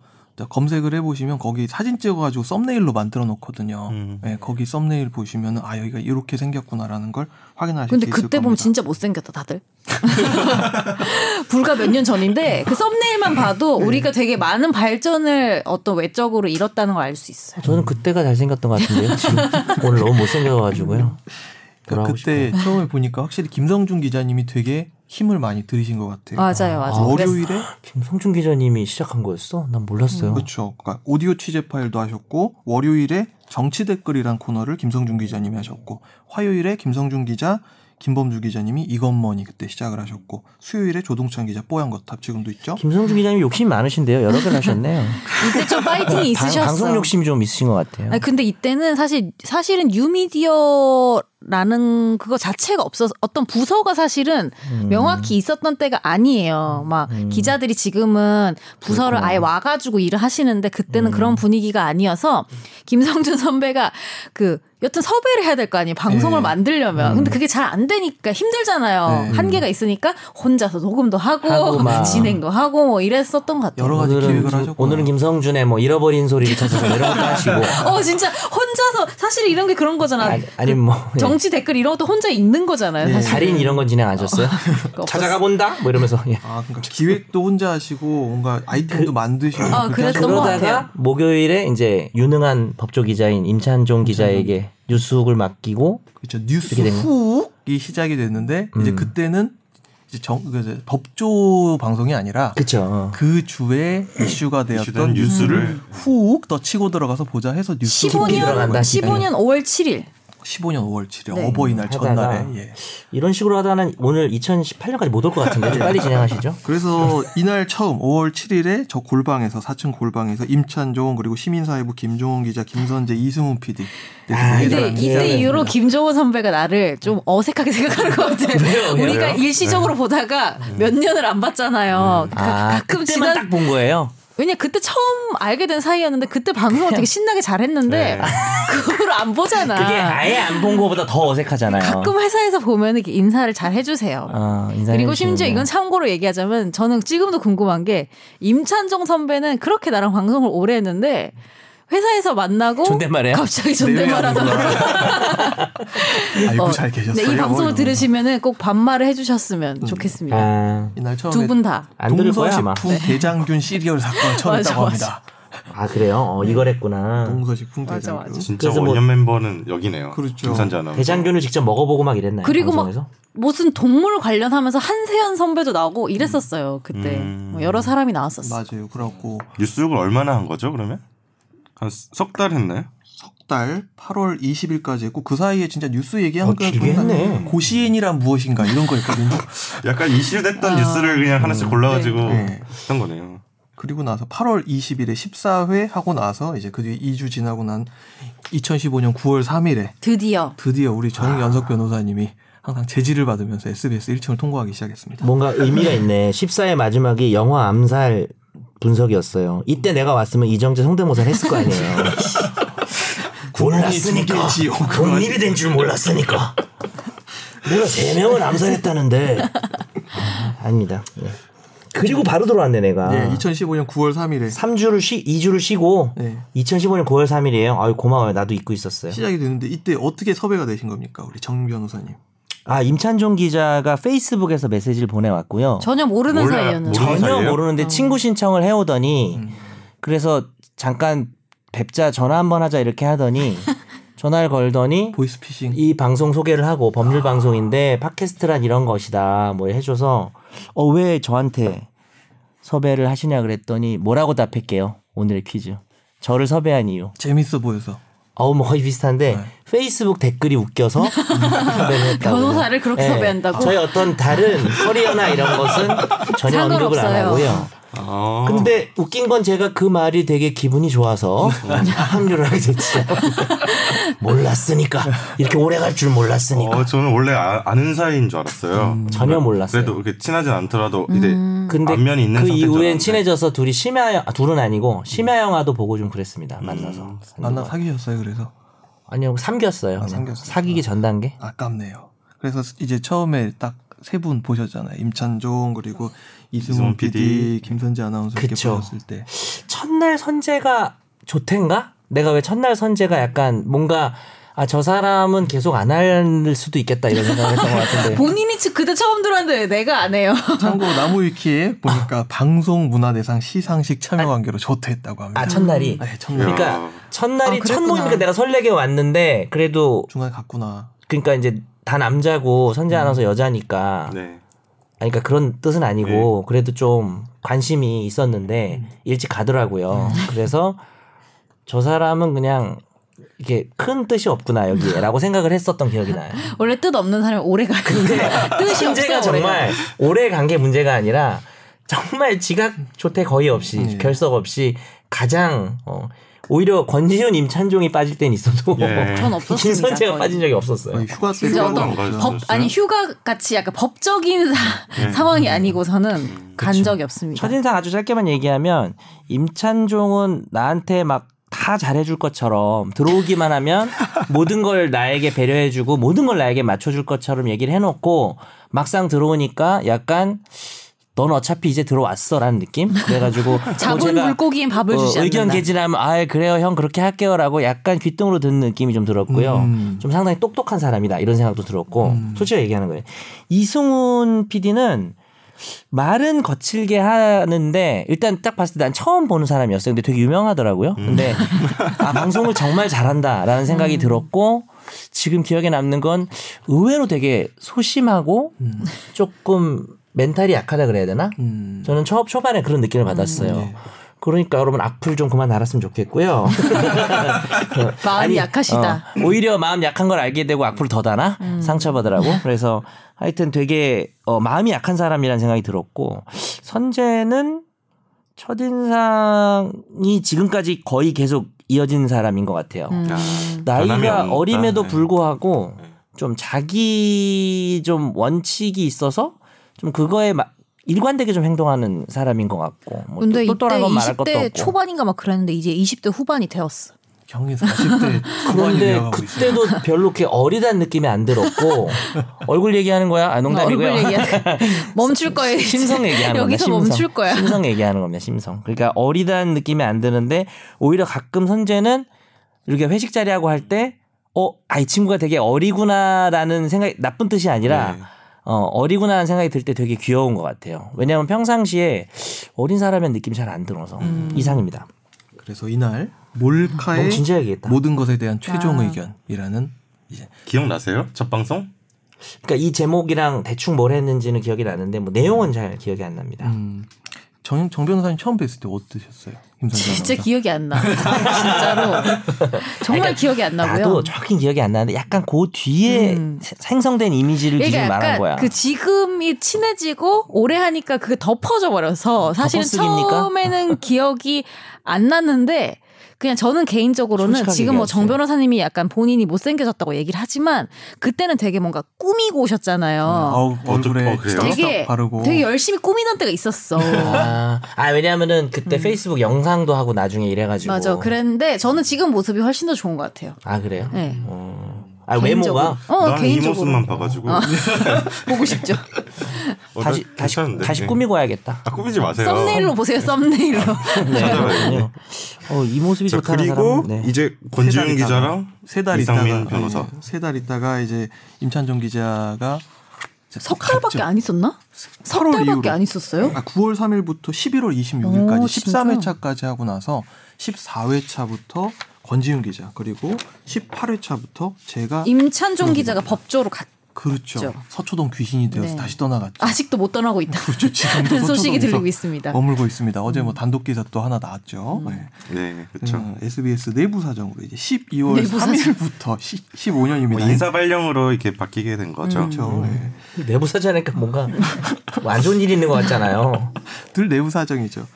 검색을 해보시면 거기 사진 찍어가지고 썸네일로 만들어 놓거든요. 음. 예, 거기 썸네일 보시면 아 여기가 이렇게 생겼구나라는 걸 확인하실 근데 수 있을 그때 겁니다. 보면 진짜 못생겼다 다들. 불과 몇 년 전인데 그 썸네일만 봐도 우리가 되게 많은 발전을 어떤 외적으로 이뤘다는 걸 알 수 있어요. 저는 그때가 잘생겼던 것 같은데요 지금 오늘 너무 못생겨가지고요 그러니까 돌아오고 그때 처음에 보니까 확실히 김성준 기자님이 되게 힘을 많이 들이신 것 네. 같아요. 맞아요, 맞아요. 월요일에 김성준 기자님이 시작한 거였어? 난 몰랐어요 그렇죠. 그러니까 오디오 취재 파일도 하셨고 월요일에 정치 댓글이란 코너를 김성준 기자님이 하셨고 화요일에 김성준 기자, 김범주 기자님이 이건 뭐니 그때 시작을 하셨고 수요일에 조동찬 기자 뽀얀 거탑 지금도 있죠. 김성준 기자님이 욕심이 많으신데요 여러 개를 하셨네요 이때 좀 파이팅이 방- 있으셨어. 방송 욕심이 좀 있으신 것 같아요 아니, 근데 이때는 사실 사실은 유미디어라는 그거 자체가 없어서 어떤 부서가 사실은 명확히 있었던 때가 아니에요. 막 기자들이 지금은 부서를 아예 와가지고 일을 하시는데 그때는 그런 분위기가 아니어서 김성준 선배가 그 여튼 섭외를 해야 될 거 아니에요. 방송을 네. 만들려면. 근데 그게 잘 안 되니까 힘들잖아요. 네. 한계가 있으니까 혼자서 녹음도 하고, 하고 막. 진행도 하고 뭐 이랬었던 것 같아요. 여러 가지 기획을 오늘은, 하셨고 오늘은 김성준의 뭐 잃어버린 소리를 찾아서 이런 것도 하시고 어 진짜 혼자서 사실 이런 게 그런 거잖아. 그 아니, 아니 뭐 예. 네. 정치 댓글 이런 것도 혼자 읽는 거잖아요. 그러니까 사실. 달인 이런 건 진행 안 하셨어요? 그거 찾아가 본다? 뭐 이러면서 예. 아 그러니까 기획도 혼자 하시고 뭔가 아이템도 만드시고 아, 그렇게 그랬던 하셨구나. 것 같아요. 그러다가 목요일에 이제 유능한 법조 기자인 임찬종 기자에게 뉴스훅을 맡기고 그렇죠. 뉴스 이렇게 된 거. 음. 훅이 시작이 됐는데 이제 그때는 이제 정, 그 이제 법조 방송이 아니라 그쵸 그 주에 음. 이슈가 되었던 음. 이슈된 뉴스를 훅 더 치고 들어가서 보자 해서 뉴스 15년 들어간다. 15년 5월 7일 15년 5월 7일 네. 어버이날 하다가- 전날에 예. 이런 식으로 하다가는 오늘 2018년까지 못 올 것 같은데 좀 빨리 진행하시죠 그래서 이날 처음 5월 7일에 저 골방에서 4층 골방에서 임찬종 그리고 시민사회부 김종원 기자 김선재 이승훈 PD 이렇게 네 이때 명이서 이때 이후로 김종호 선배가 나를 좀 어색하게 생각하는 것 같아. 요 네. 왜요? 네. 음. 우리가 일시적으로 보다가 몇 년을 안 봤잖아요. 가, 끔 그때만 지난 딱 본 거예요 왜냐 그때 처음 알게 된 사이였는데 그때 방송을 되게 신나게 네. 잘했는데 그걸 안 보잖아. 그게 아예 안 본 거보다 더 어색하잖아요 가끔 회사에서 보면 이렇게 인사를 잘 해주세요. 아, 인사해 그리고 심지어 주시는구나. 이건 참고로 얘기하자면 저는 지금도 궁금한 게 임찬종 선배는 그렇게 나랑 방송을 오래 했는데 회사에서 만나고 존댓말해요? 갑자기 내외하는 존댓말하다가 알고 어, 잘 계셨어요. 네, 이 방송을 이러면서. 들으시면은 꼭 반말을 해주셨으면 좋겠습니다. 아, 이날 처음에 두 분 다. 안 들을 거야 아마 동서식품 대장균 시리얼 사건 처음 맞아, 했다고 맞아. 합니다. 아 그래요? 어, 이걸 음. 했구나 동서식품 맞아, 대장균 맞아. 진짜 그래서 뭐- 원년 멤버는 여기네요. 그렇죠. 김선재 아나운서. 대장균을 직접 먹어보고 막 이랬나요? 그리고 막 방송에서? 무슨 동물 관련하면서 한세현 선배도 나오고 이랬었어요 그때 음. 뭐 여러 사람이 나왔었어. 요 맞아요. 그래갖고 뉴스욕을 얼마나 한 거죠? 그러면 한 석 달 했나요? 달 8월 20일까지 했고 그 사이에 진짜 뉴스 얘기한 어, 거 길게 했네. 고시인이란 무엇인가 이런 거 있거든요. 약간 이슈됐던 뉴스를 그냥 하나씩 골라가지고 아, 네. 했던 거네요. 그리고 나서 8월 20일에 14회 하고 나서 이제 그 뒤에 2주 지나고 난 2015년 9월 3일에 드디어 드디어 우리 정연석 아. 변호사님이 항상 제지를 받으면서 SBS 1층을 통과하기 시작했습니다. 뭔가 의미가 있네. 14의 마지막이 영화 암살 분석이었어요. 이때 내가 왔으면 이정재 성대모사를 했을 거 아니에요. 몰랐으니까. 두 개지요, 그건. 본일이 된 줄 몰랐으니까. 내가 세 명을 암살했다는데. 아, 아닙니다. 예. 그리고 바로 들어왔네 내가. 네, 2015년 9월 3일에 3주를 쉬 2주를 쉬고 네. 2015년 9월 3일이에요. 아유 고마워요. 나도 잊고 있었어요. 시작이 되는데 이때 어떻게 섭외가 되신 겁니까, 우리 정 변호사님? 아 임찬종 기자가 페이스북에서 메시지를 보내왔고요. 전혀 모르는 몰라- 사이였는데. 모르는 전혀 사이예요? 음. 모르는데 음. 친구 신청을 해오더니 그래서 잠깐 뵙자 전화 한번 하자 이렇게 하더니 전화를 걸더니 보이스피싱. 이 방송 소개를 하고 법률 방송인데 아. 팟캐스트란 이런 것이다 뭐 해줘서 어 왜 저한테 섭외를 하시냐 그랬더니 뭐라고 답했게요 오늘의 퀴즈 저를 섭외한 이유 재밌어 보여서. 어우 뭐 거의 비슷한데 네. 페이스북 댓글이 웃겨서 섭외를 했다고. 변호사를 그렇게 섭외한다고? 저희 어떤 다른 커리어나 이런 것은 전혀 언급을 안 상관없어요. 하고요 아. 근데 웃긴 건 제가 그 말이 되게 기분이 어. 좋아서 합류를 하게 됐죠. 몰랐으니까 이렇게 오래 갈 줄 몰랐으니까 어, 저는 원래 아, 아는 사이인 줄 알았어요. 전혀 몰랐어요. 그래도 그렇게 친하진 않더라도 이제 음. 근데 안면이 있는 음. 그 상태인 줄 이후엔 알았는데. 친해져서 둘이 심야 영- 아, 둘은 아니고 심야 영화도 보고 좀 음. 그랬습니다. 만나서 아, 만나 사귀셨어요. 그래서 아니요 삼겼어요. 그냥. 삼겼어요. 아. 사귀기 전 단계. 아깝네요. 그래서 이제 처음에 딱 세 분 보셨잖아요. 임찬종 그리고 이승훈 이승훈 PD, 김선재 아나운서 이렇게 그쵸. 보셨을 때. 첫날 선재가 좋텐가? 내가 왜 첫날 선재가 약간 뭔가 아 저 사람은 계속 안 할 수도 있겠다 이런 생각을 했던 것 같은데 본인이 지- 그때 처음 들었는데 왜 내가 안 해요. 참고로 나무위키에 보니까 방송 문화대상 시상식 참여 관계로 조퇴했다고 합니다. 아 첫날이 네, 야. 정말 그러니까 첫날이 아, 첫 그랬구나. 모임이니까 내가 설레게 왔는데 그래도 중간에 갔구나. 그러니까 이제 다 남자고 선재 아나운서 여자니까 음. 네. 아니, 그러니까 그런 뜻은 아니고 그래도 좀 관심이 있었는데 음. 일찍 가더라고요. 그래서 저 사람은 그냥 이게 큰 뜻이 없구나 여기에라고 생각을 했었던 기억이 나요. 원래 뜻 없는 사람이 오래 가요. 뜻이 문제가 없어 정말 오래 간 게 문제가 아니라 정말 지각 조퇴 거의 없이 네. 결석 없이 가장 어, 오히려 권지윤 임찬종이 빠질 땐 있어도 뭐 예. 전 없었습니다. 김선재가 거의. 빠진 적이 없었어요. 거의 휴가 때 진짜 휴가도 어떤 안 가셨어요? 법 아니 휴가 같이 약간 법적인 사- 예. 음. 상황이 아니고서는 간 적이 없습니다. 첫인상 아주 짧게만 얘기하면 임찬종은 나한테 막 다 잘해줄 것처럼 들어오기만 하면 모든 걸 나에게 배려해주고 모든 걸 나에게 맞춰줄 것처럼 얘기를 해놓고 막상 들어오니까 약간 넌 어차피 이제 들어왔어라는 느낌 그래가지고 뭐 잡은 어제가 물고기엔 밥을 어, 주지 않는다. 의견 개진하면 아 그래요 형 그렇게 할게요라고 약간 귓등으로 듣는 느낌이 좀 들었고요. 좀 상당히 똑똑한 사람이다 이런 생각도 들었고 솔직히 얘기하는 거예요. 이승훈 PD는 말은 거칠게 하는데 일단 딱 봤을 때 난 처음 보는 사람이었어요. 근데 되게 유명하더라고요. 근데 아 방송을 정말 잘한다라는 생각이 음. 들었고 지금 기억에 남는 건 의외로 되게 소심하고 조금 멘탈이 약하다 그래야 되나? 음. 저는 초, 초반에 그런 느낌을 받았어요. 음, 네. 그러니까 여러분 악플 좀 그만 달았으면 좋겠고요. 마음이 약하시다. 음. 어, 오히려 마음 약한 걸 알게 되고 악플 더 다나 상처받으라고. 그래서 하여튼 되게 어, 마음이 약한 사람이라는 생각이 들었고 선재는 첫인상이 지금까지 거의 계속 이어진 사람인 것 같아요. 음. 변함이 나이가 없다. 어림에도 네. 불구하고 네. 좀 자기 좀 원칙이 있어서 좀 그거에 마- 일관되게 좀 행동하는 사람인 것 같고 뭐 근데 또- 이때 똘똘한 건 말할 것도 20대 없고 초반인가 막 그랬는데 이제 20대 후반이 되었어. 경이 40대 후반이 그런데 되어가고 있어요. 그때도 별로 이렇게 어리다는 느낌이 안 들었고 얼굴 얘기하는 거야? 아 농담이고요. 얼굴 얘기하는 멈출 거예요. 이제. 심성 얘기하는 겁니다. 여기서 심성. 멈출 거야. 심성 얘기하는 겁니다. 심성. 그러니까 어리다는 느낌이 안 드는데 오히려 가끔 선재는 이렇게 회식 자리하고 할 때 어, 아 이 친구가 되게 어리구나라는 생각 이 나쁜 뜻이 아니라 네. 어, 어리구나라는 생각이 들 때 되게 귀여운 것 같아요. 왜냐하면 평상시에 어린 사람의 느낌이 잘 안 들어서 음. 이상입니다. 그래서 이날 몰카의 너무 진지하게 했다. 모든 것에 대한 아. 최종 의견이라는 이제 기억나세요? 첫 방송? 그러니까 이 제목이랑 대충 뭘 했는지는 기억이 나는데 뭐 내용은 잘 기억이 안 음. 납니다. 정, 정 변호사님 처음 뵀을 때 어떠셨어요? 김선재 진짜 아나운서. 기억이 안 나. 진짜로. 정말 기억이 안 나고요. 그러니까 음. 나도 정확히 기억이 안 나는데 약간 그 뒤에 세- 생성된 이미지를 기준 그러니까 말한 약간 거야. 그 지금이 친해지고 오래 하니까 그게 덮어져 버려서 사실은 덮어쓰기입니까? 처음에는 기억이 안 났는데 그냥 저는 개인적으로는 솔직하게 지금 뭐 정 얘기하세요. 변호사님이 약간 본인이 못생겨졌다고 얘기를 하지만 그때는 되게 뭔가 꾸미고 네, 오셨잖아요. 아우 얼굴에 어, 그래요? 되게 되게 바르고 되게 열심히 꾸미던 때가 있었어. 아, 아, 왜냐면은 그때 음. 페이스북 영상도 하고 나중에 이래가지고 맞아. 그랬는데 저는 지금 모습이 훨씬 더 좋은 것 같아요. 아 그래요? 네. 어, 아, 외모가? 어 난이 개인적으로 모습만 봐가지고 아. 보고 싶죠. 어, 다시 나 다시 괜찮은데? 다시 예. 꾸미고 와야겠다. 아, 꾸미지 마세요. 썸네일로 보세요. 썸네일로. 찾아봐야겠네. 어, 이 모습이 자, 좋다는 그리고 사람. 네. 이제 권지윤 세달 있다가- 기자랑 세달 이상민 있다가 예, 변호사. 세달 있다가 이제 임찬종 기자가 이제 석 달밖에 갔죠. 안 있었나? 석 8월 달밖에 이후로. 안 있었어요? 아, 9월 3일부터 11월 26일까지 오, 진짜? 13회차까지 하고 나서 14회차부터 권지윤 기자 그리고 18회차부터 제가 임찬종 기자가 법조로 갔. 그렇죠. 그렇죠. 서초동 귀신이 되어서 네. 다시 떠나갔죠. 아직도 못 떠나고 있다. 그렇죠. 지금도 는 소식이 서초동에서 들리고 있습니다. 음. 머물고 있습니다. 어제 뭐 단독 기사 또 하나 나왔죠. 네. 네, 그렇죠. 음, SBS 내부 사정으로 이제 12월 내부 사정. 3일부터 15년입니다. 뭐 인사 음. 발령으로 이렇게 바뀌게 된 거죠. 그렇죠. 네. 내부 사자니까 뭔가 안 좋은 일이 있는 것 같잖아요. 늘 내부 사정이죠.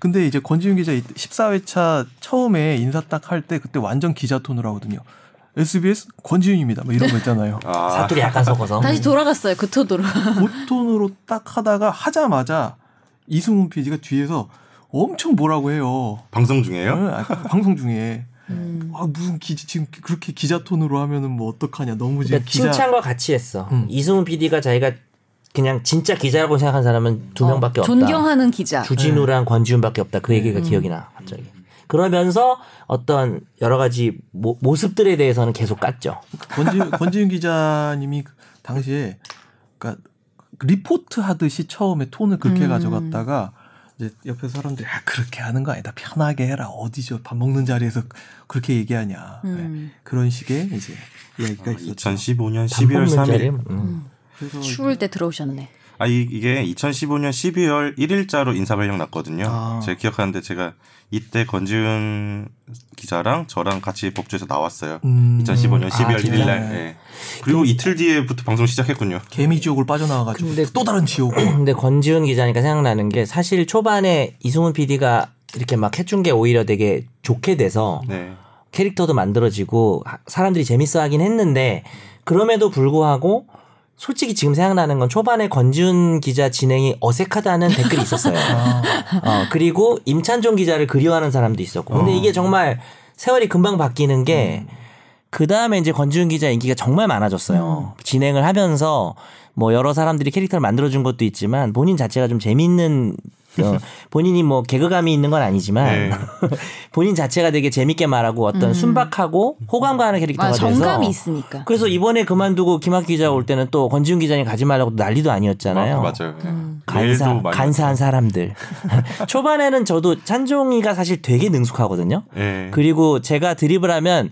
근데 이제 권지윤 기자 14회차 처음에 인사 딱 할 때 그때 완전 기자 톤으로 하거든요. SBS 권지윤입니다. 막 이런 거 있잖아요. 아, 사투리 약간 섞어서. 다시 돌아갔어요. 그 토도로. 보톤으로 딱 하다가 하자마자 이승훈 PD가 뒤에서 엄청 뭐라고 해요. 방송 중에요? 아, 방송 중에 아, 무슨 기, 지금 그렇게 기자 톤으로 하면은 뭐 어떡하냐. 너무 지금 그러니까 기자 칭찬과 같이 했어. 음. 이승훈 PD가 자기가 그냥 진짜 기자라고 생각한 사람은 두 명밖에 어, 없다. 존경하는 기자. 아, 주진우랑 권지훈밖에 없다. 그 얘기가 기억이 나 갑자기. 그러면서 어떤 여러 가지 모, 모습들에 대해서는 계속 깠죠. 권지, 권지윤 기자님이 그 당시에 그러니까 리포트 하듯이 처음에 톤을 그렇게 음. 가져갔다가 이제 옆에 사람들이 아 그렇게 하는 거 아니다 편하게 해라 어디죠 밥 먹는 자리에서 그렇게 얘기하냐 음. 네. 그런 식의 이제 아, 이야기가 그러니까 있었죠. 뭐. 2015년 12월 3일. 음. 그래서 추울 때 들어오셨네. 아 이, 게 2015년 12월 1일자로 인사 발령 났거든요. 아. 제가 기억하는데 제가 이때 권지윤 기자랑 저랑 같이 법조에서 나왔어요. 음. 2015년 12월 1일 아, 날. 진짜요? 예. 그리고 이틀 뒤에부터 방송 시작했군요. 개미 지옥을 빠져나와가지고 근데- 음. 또 다른 지옥. 근데 권지훈 기자니까 생각나는 게 사실 초반에 이승훈 PD가 이렇게 막 해준 게 오히려 되게 좋게 돼서 네. 캐릭터도 만들어지고 하- 사람들이 재밌어 하긴 했는데 그럼에도 불구하고 솔직히 지금 생각나는 건 초반에 권지훈 기자 진행이 어색하다는 댓글이 있었어요. 어, 그리고 임찬종 기자를 그리워하는 사람도 있었고. 어. 근데 이게 정말 세월이 금방 바뀌는 게 음. 그다음에 이제 권지훈 기자 인기가 정말 많아졌어요. 음. 진행을 하면서 뭐 여러 사람들이 캐릭터를 만들어 준 것도 있지만 본인 자체가 좀 재밌는 어, 본인이 뭐 개그감이 있는 건 아니지만 네. 본인 자체가 되게 재밌게 말하고 어떤 순박하고 호감 가는 캐릭터가 아, 돼서 음. 정감이 있으니까. 그래서 이번에 그만두고 김학 기자 올 때는 또 권지훈 기자님 가지 말라고 난리도 아니었잖아요. 아, 어, 맞아요. 예. 간사, 메일도 많이 간사한 사람들. 초반에는 저도 찬종이가 사실 되게 능숙하거든요. 예. 그리고 제가 드립을 하면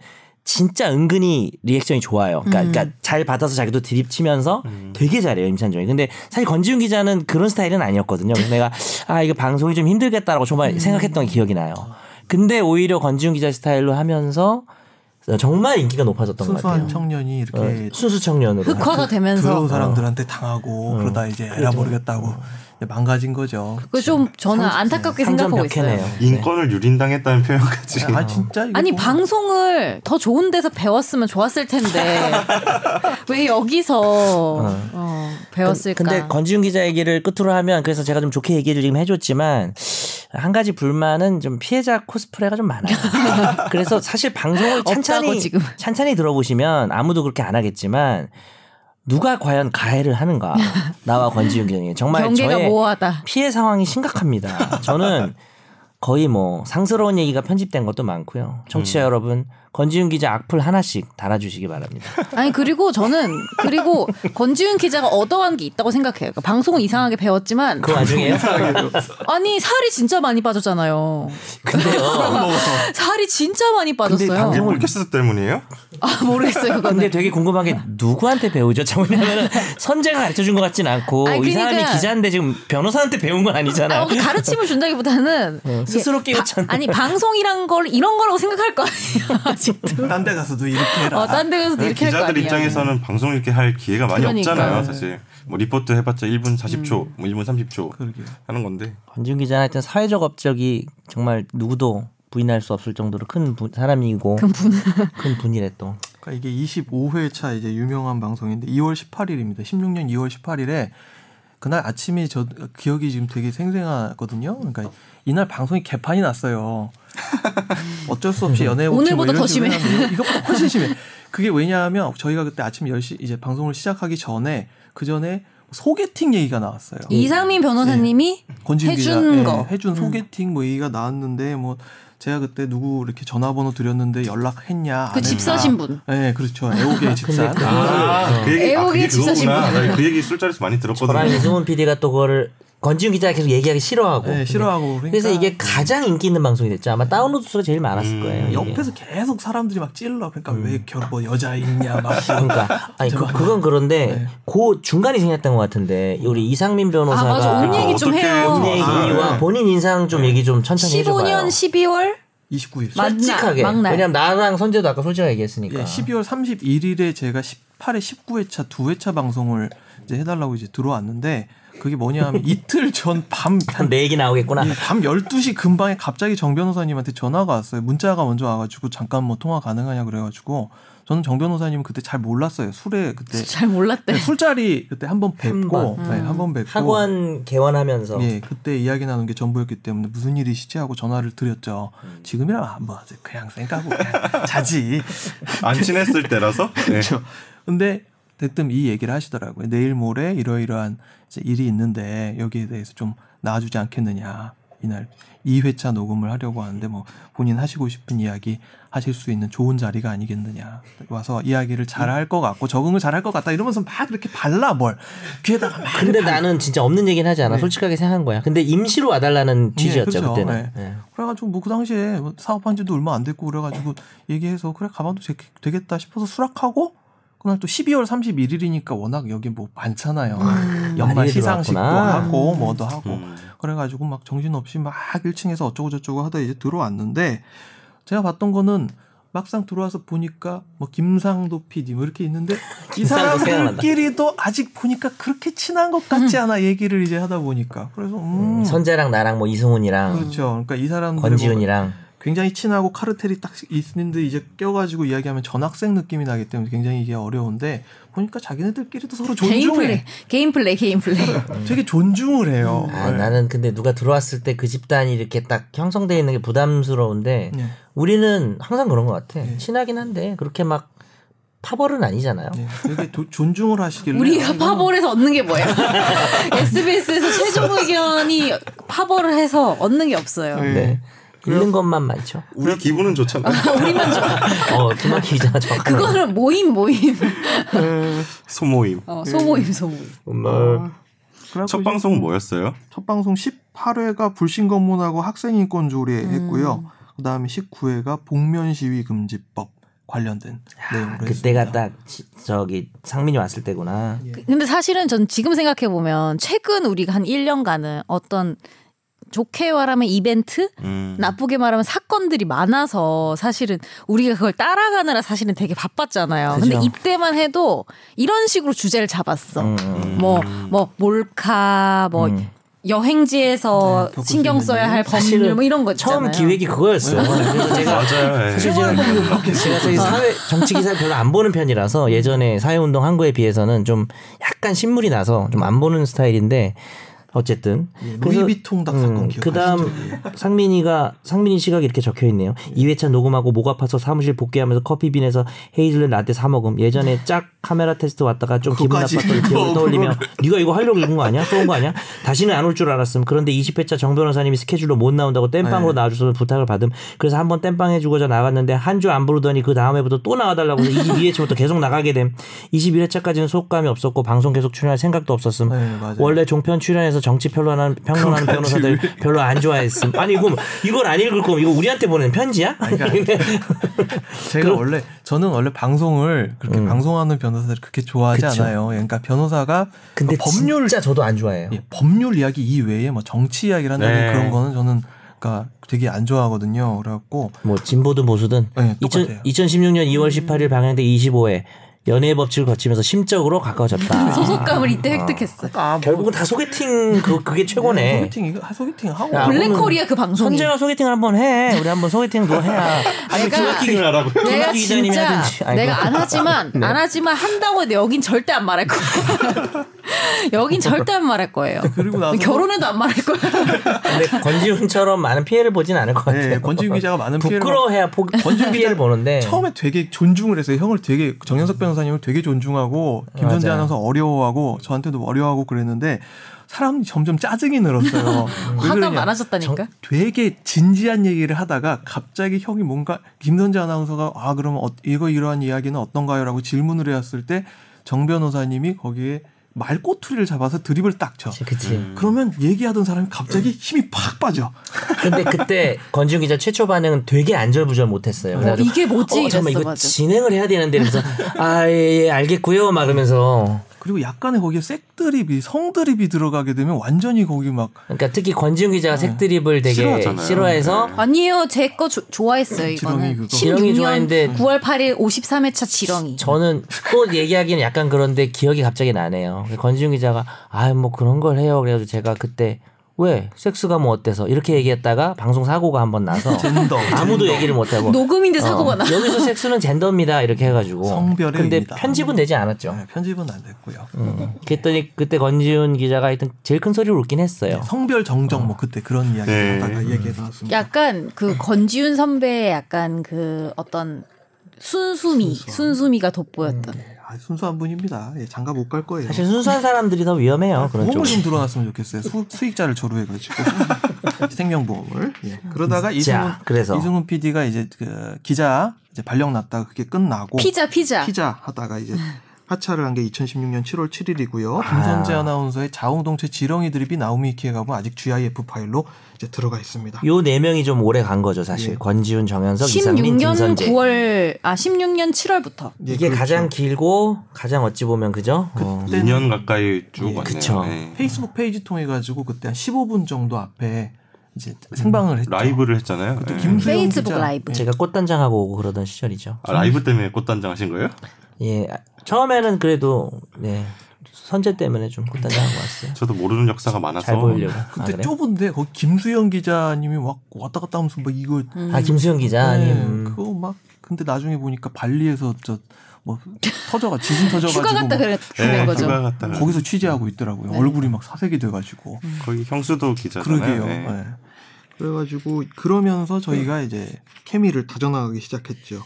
진짜 은근히 리액션이 좋아요. 그러니까, 음. 그러니까 잘 받아서 자기도 드립 치면서 음. 되게 잘해요 임찬종이. 근데 사실 권지훈 기자는 그런 스타일은 아니었거든요. 그래서 내가 아 이거 방송이 좀 힘들겠다라고 초반에 음. 생각했던 기억이 나요. 근데 오히려 권지훈 기자 스타일로 하면서 정말 인기가 높아졌던 것 같아요. 순수한 청년이 이렇게 어, 순수 청년으로. 흑화가 들어온 되면서 사람들한테 당하고 그러다 이제 에라 모르겠다고 이제 망가진 거죠. 그 좀 저는 안타깝게 생각하고 몇 있어요. 해네요. 인권을 유린당했다는 표현까지. 아 진짜 이거 아니 뭐- 방송을 더 좋은 데서 배웠으면 좋았을 텐데 왜 여기서 어, 배웠을까? 근데 권지윤 기자 얘기를 끝으로 하면 그래서 제가 좀 좋게 얘기를 지금 해줬지만 한 가지 불만은 좀 피해자 코스프레가 좀 많아요. 그래서 사실 방송을 없다고 찬찬히 지금. 찬찬히 들어보시면 아무도 그렇게 안 하겠지만 누가 과연 가해를 하는가 나와 권지윤 기자님 정말 경계가 저의 모호하다. 피해 상황이 심각합니다. 저는 거의 뭐 상스러운 얘기가 편집된 것도 많고요. 청취자 여러분 권지윤 기자 악플 하나씩 달아주시기 바랍니다. 아니 그리고 저는 그리고 권지윤 기자가 얻어간 게 있다고 생각해요. 그러니까 방송은 이상하게 배웠지만 그 와중에요. 아니 살이 진짜 많이 빠졌잖아요. 근데요. 살이 진짜 많이 아, 빠졌어요. 이게 팟캐스트 때문이에요? 아 모르겠어요 그거는. 근데 되게 궁금한 게 누구한테 배우죠? 자, 왜냐면 선재가 가르쳐 준 것 같진 않고 아니, 이 사람이 그러니까. 기자인데 지금 변호사한테 배운 건 아, 아니잖아요. 어, 가르침을 준다기보다는 이게 네. 스스로 끼고 바- 찾는. 아니 방송이란 걸 이런 거라고 생각할 거 아니야 아직도. 딴 데 가서도 이렇게 아, 해라. 어, 딴데 가서도 이렇게 할 거 네, 기자들 아니야. 입장에서는 방송 이렇게 할 기회가 많이 그러니까요. 없잖아요, 사실. 뭐 리포트 해봤자 1분 40초, 뭐 1분 30초 하는 건데. 권준 기자는 하여튼 사회적 업적이 정말 누구도 부인할 수 없을 정도로 큰 분- 사람이고 큰, 분이래 또. 그러니까 이게 25회차 이제 유명한 방송인데 2월 18일입니다. 16년 2월 18일에 그날 아침에 저 기억이 지금 되게 생생하거든요. 그러니까 이날 방송이 개판이 났어요. 어쩔 수 없이 연애 뭐 오늘보다 더 심해. 이것보다 훨씬 심해. 그게 왜냐하면 저희가 그때 아침 10시 이제 방송을 시작하기 전에 그 전에 소개팅 얘기가 나왔어요. 음. 이상민 변호사님이 네. 권지윤 해준 기자, 예, 거. 음. 해준 소개팅 뭐 얘기가 나왔는데 뭐 제가 그때 누구 이렇게 전화번호 드렸는데 연락했냐 안 그 했나. 집사신 분. 네, 그렇죠. 애옥의 집사. 아, 그 얘기, 아, 애호기 그게 집사신 그거구나. 나그 얘기 술자리에서 많이 저랑 들었거든요. 이승훈 PD가 또 그거를 권지훈 기자가 계속 얘기하기 싫어하고. 네, 싫어하고 그러니까 그래서 이게 가장 인기 있는 방송이 됐죠. 아마 다운로드 수가 제일 많았을 거예요. 이게. 음. 옆에서 계속 사람들이 막 찔러. 그러니까 왜 결, 뭐 여자 있냐 막. 그러니까 아니 그, 그건 그런데 그 중간이 생겼던 것 같은데 우리 이상민 아 변호사가 맞아 옷 얘기 좀 어떻게 해요. 언니 얘기. 와 네. 본인 인상 좀 얘기 좀 천천히 네, 해줘봐요. 15년 12월 29일. 맞- 솔직하게 막날. 왜냐면 나랑 선재도 아까 솔직하게 얘기했으니까 예, 12월 31일에 제가 18회, 19회차 두 회차 방송을 이제 해달라고 이제 들어왔는데 그게 뭐냐면 이틀 전밤밤 내네 얘기 나오겠구나. 밤 12시 근방에 갑자기 정 변호사님한테 전화가 왔어요. 문자가 먼저 와가지고 잠깐 뭐 통화 가능하냐 그래가지고 저는 정 변호사님은 그때 잘 몰랐어요. 술에 그때 잘 몰랐대. 네, 술자리 그때 한 번 뵙고 네, 한번 뵙고 학원 개원하면서 예, 그때 이야기 나눈 게 전부였기 때문에 무슨 일이시지 하고 전화를 드렸죠. 지금이라 뭐 그냥 생각하고 그냥 자지. 안 친했을 때라서. 네. 그렇죠. 근데 대뜸 이 얘기를 하시더라고요. 내일 모레 이러이러한 이제 일이 있는데 여기에 대해서 좀 나와주지 않겠느냐. 이날 2회차 녹음을 하려고 하는데 뭐 본인 하시고 싶은 이야기 하실 수 있는 좋은 자리가 아니겠느냐. 와서 이야기를 잘 할 것 같고 적응을 잘 할 것 같다 이러면서 막 이렇게 발라 뭘 귀에다가 막 근데 나는 진짜 없는 얘기는 하지 않아. 솔직하게 생각한 거야. 근데 임시로 와달라는 취지였죠 예. 그렇죠. 그때는. 네. 예. 그래가지고 뭐 그 당시에 뭐 사업한 지도 얼마 안 됐고 그래가지고 얘기해서 그래 가봐도 되- 되겠다 싶어서 수락하고 그날 또 12월 31일이니까 워낙 여기 뭐 많잖아요. 음, 연말 많이 시상식도 들어왔구나. 하고 뭐도 하고 음. 그래가지고 막 정신없이 막 1층에서 어쩌고 저쩌고 하다 이제 들어왔는데 제가 봤던 거는 막상 들어와서 보니까 뭐 김상도 PD 뭐 이렇게 있는데 이 김상도 생각난다. 음. 사람들끼리도 아직 보니까 그렇게 친한 것 같지 않아 얘기를 이제 하다 보니까 그래서 음, 선재랑 나랑 뭐 이승훈이랑 그렇죠. 그러니까 이 사람들 권지훈이랑 굉장히 친하고 카르텔이 딱 있는데 이제 껴가지고 이야기하면 전학생 느낌이 나기 때문에 굉장히 이게 어려운데 보니까 자기네들끼리도 서로 개인 플레이. 존중해. 개인 플레이. 개인 플레이. 되게 존중을 해요. 아, 네. 나는 근데 누가 들어왔을 때 그 집단이 이렇게 딱 형성돼 있는 게 부담스러운데 네. 우리는 항상 그런 것 같아. 예. 친하긴 한데 그렇게 막 파벌은 아니잖아요. 네, 되게 도- 존중을 하시길래 아, 우리가 이거는 파벌에서 얻는 게 뭐야? SBS에서 최종 의견이 파벌을 해서 얻는 게 없어요. 네. 네. 잃는 것만 많죠. 우리 기분은 좋잖아. 우리만 좋아. 어, 김학기 기자가 정확 그거는 모임 모임. 네. 소모임. 어, 네. 소모임 소모임. 어. 그래갖고 첫뭐 이제 방송 뭐였어요? 첫 방송 18회가 불신검문하고 학생인권 조례 음. 했고요. 그다음에 19회가 복면 시위 금지법 관련된 내용으로 그때가 했습니다. 예. 딱 지- 저기 상민이 왔을 때구나. 네. 그- 근데 사실은 전 지금 생각해 보면 최근 우리가 한 1년간은 어떤 좋게 말하면 이벤트, 음. 나쁘게 말하면 사건들이 많아서 사실은 우리가 그걸 따라가느라 사실은 되게 바빴잖아요. 근데 그죠. 이때만 해도 이런 식으로 주제를 잡았어. 음, 뭐, 뭐, 몰카, 뭐, 네, 여행지에서 겪을 수 신경 있는 써야 할 법률, 사실은 뭐 이런 거 처음 있잖아요. 네. 기획이 그거였어요. 그래서 제가 맞아요. 예. 사실 제가 제가 저희 사회 아. 정치 기사를 별로 안 보는 편이라서 예전에 사회운동 한 거에 비해서는 좀 약간 신물이 나서 좀 안 보는 스타일인데 어쨌든 예, 그래서, 루이비통 닭 사건 기억하시죠? 예. 그다음 상민이가 상민이 시각 이렇게 적혀 있네요. 2회차 녹음하고 목 아파서 사무실 복귀하면서 커피빈에서 헤이즐넛 라떼 사 먹음. 예전에 짝 카메라 테스트 왔다가 좀 기분 그거까지 나빴던 읽어, 기억을 떠올리며 그거를. 네가 이거 하려고 읽은 거 아니야? 쏜거 아니야? 다시는 안 올 줄 알았음. 그런데 20회차 정 변호사님이 스케줄로 못 나온다고 땜빵으로 나와줘서 부탁을 받음. 그래서 한번 땜빵 해주고자 나갔는데 한 주 안 부르더니 그 다음 해부터 또 나와달라고 해서 22회차부터 계속 나가게 됨. 21회차까지는 속감이 없었고 방송 계속 출연할 생각도 없었음. 네, 맞아요. 원래 종편 출연해서 정치 평론하는, 평론하는 변호사들 별로 안 좋아했음. 아니 이거 이걸 안 읽을 거면 이거 우리한테 보내는 편지야? 제가 원래 저는 원래 방송을 그렇게 방송하는 변호사들 그렇게 좋아하지 음. 그쵸. 않아요. 그러니까 변호사가 근데 법률 진짜 저도 안 좋아해요. 예, 법률 이야기 이외에 뭐 정치 이야기를 한다는 네. 그런 거는 저는 그러니까 되게 안 좋아하거든요. 그래갖고 뭐 진보든 보수든 네, 2000, 똑같아요. 2016년 2월 18일 방영된 25회 연애의 법칙을 거치면서 심적으로 가까워졌다. 아. 소속감을 이때 획득했어. 아, 결국은 다 소개팅 그, 그게 최고네. 소개팅 이거 아, 소개팅 하고 야, 블랙- 블랙코리아 그 방송이. 선재가 소개팅을 한번 해. 우리 한번 소개팅도 뭐 해야. 아니, 그러니까 소개팅을 하라고. 요 내가 김학의 기자님이 진짜 하든지. 아이고. 내가 안 하지만 안 하지만 한다고 해도 여긴 절대 안 말할 거야. 여긴 절대 안 말할 거예요. 그리고 나서 결혼해도 안 말할 거예요. 근데 권지훈처럼 많은 피해를 보진 않을 것 같아요. 네, 권지윤 기자가 많은 피해를 부끄러워해야 포, 권지훈 피해를 기자 보는데 음. 처음에 되게 존중을 했어요. 형을 되게 정현석 변호사님을 되게 존중하고 김선재 맞아요. 아나운서 어려워하고 저한테도 어려워하고 그랬는데 사람이 점점 짜증이 늘었어요. 왜 화가 그러냐. 많아졌다니까. 되게 진지한 얘기를 하다가 갑자기 형이 뭔가 김선재 아나운서가 아 그러면 어- 이거 이러한 이야기는 어떤가요라고 질문을 해왔을 때 정 변호사님이 거기에 말꼬투리를 잡아서 드립을 딱 쳐. 그치. 그러면 얘기하던 사람이 갑자기 힘이 팍 빠져. 근데 그때 권지훈 기자 최초 반응은 되게 안절부절 못했어요. 어, 그래가지고, 이게 뭐지? 어, 잠깐만 이랬어, 이거 맞아. 진행을 해야 되는데 그래서 아 예, 예, 알겠고요 막 이러면서 그리고 약간의 거기에 색드립이 성드립이 들어가게 되면 완전히 거기 막 그러니까 특히 권지훈 기자가 네. 색드립을 되게 싫어하잖아요. 싫어해서 아니에요. 제 거 좋아했어요. 지렁이 이거는. 그거. 지렁이 16년 좋아했는데 9월 8일 53회차 지렁이. 저는 또 얘기하기는 약간 그런데 기억이 갑자기 나네요. 권지훈 기자가 아 뭐 그런 걸 해요. 그래가지고 제가 그때 왜 섹스가 뭐 어때서 이렇게 얘기했다가 방송 사고가 한 번 나서 젠더, 아무도 젠더. 얘기를 못 하고 어, 녹음인데 사고가 나. 여기서 섹스는 젠더입니다 이렇게 해가지고 성별의 근데 의미다. 편집은 되지 않았죠. 네, 편집은 안 됐고요. 음. 그랬더니 그때 권지훈 기자가 하여튼 제일 큰 소리로 웃긴 했어요. 네, 성별 정정 음. 뭐 그때 그런 이야기 네. 하다가 얘기해 나왔습니다. 약간 그 권지윤 선배의 약간 그 어떤 순수미, 순수미가 돋보였던. 아, 순수한 분입니다. 예, 장가 못 갈 거예요. 사실 순수한 사람들이 더 위험해요 그런 보험을 쪽. 좀 들어놨으면 좋겠어요. 수, 수익자를 조르해가지고 생명보험을. 예. 그러다가 이승훈 음. 자, 그래서. 이승훈 PD가 이제 그 기자 이제 발령 났다가 그게 끝나고 피자, 피자. 피자 하다가 이제 하차를 한 게 2016년 7월 아. 7일이고요. 김선재 아나운서의 자웅동체 지렁이 드립이 나우미키에 가면 아직 GIF 파일로 이제 들어가 있습니다. 요 네 명이 좀 오래 간 거죠 사실. 예. 권지훈, 정현석, 이상민, 16년 김선재. 9월 아 16년 7월부터 예, 이게 그렇죠. 가장 길고 가장 어찌 보면 그죠? 어. 2년 가까이 쭉 왔네요. 그쵸. 네. 페이스북 페이지 통해 가지고 그때 한 15분 정도 앞에 이제 음. 생방을 했죠. 라이브를 했잖아요. 네. 김수영 페이스북 기자. 라이브. 제가 꽃단장하고 오고 그러던 시절이죠. 아, 라이브 때문에 꽃단장 하신 거예요? 예, 아, 처음에는 그래도 네 선재 때문에 좀 꽃단장하고 왔어요. 저도 모르는 역사가 많아서 잘 보이려고. 아, 그때 그래? 좁은데 거기 김수영 기자님이 막 왔다 갔다 하면서 막 이거 아 김수영 기자님. 네, 그거 막 근데 나중에 보니까 발리에서 저 뭐 터져가 지진 터져가지고 뭐. 휴가 갔다 막 그랬- 그런 네, 거죠. 휴가 갔다가 거기서 취재하고 있더라고요. 얼굴이 막 사색이 돼가지고 거기 형수도 기자잖아요. 그러게요. 네. 예. 그래가지고 그러면서 저희가 이제 케미를 다져나가기 시작했죠. 네.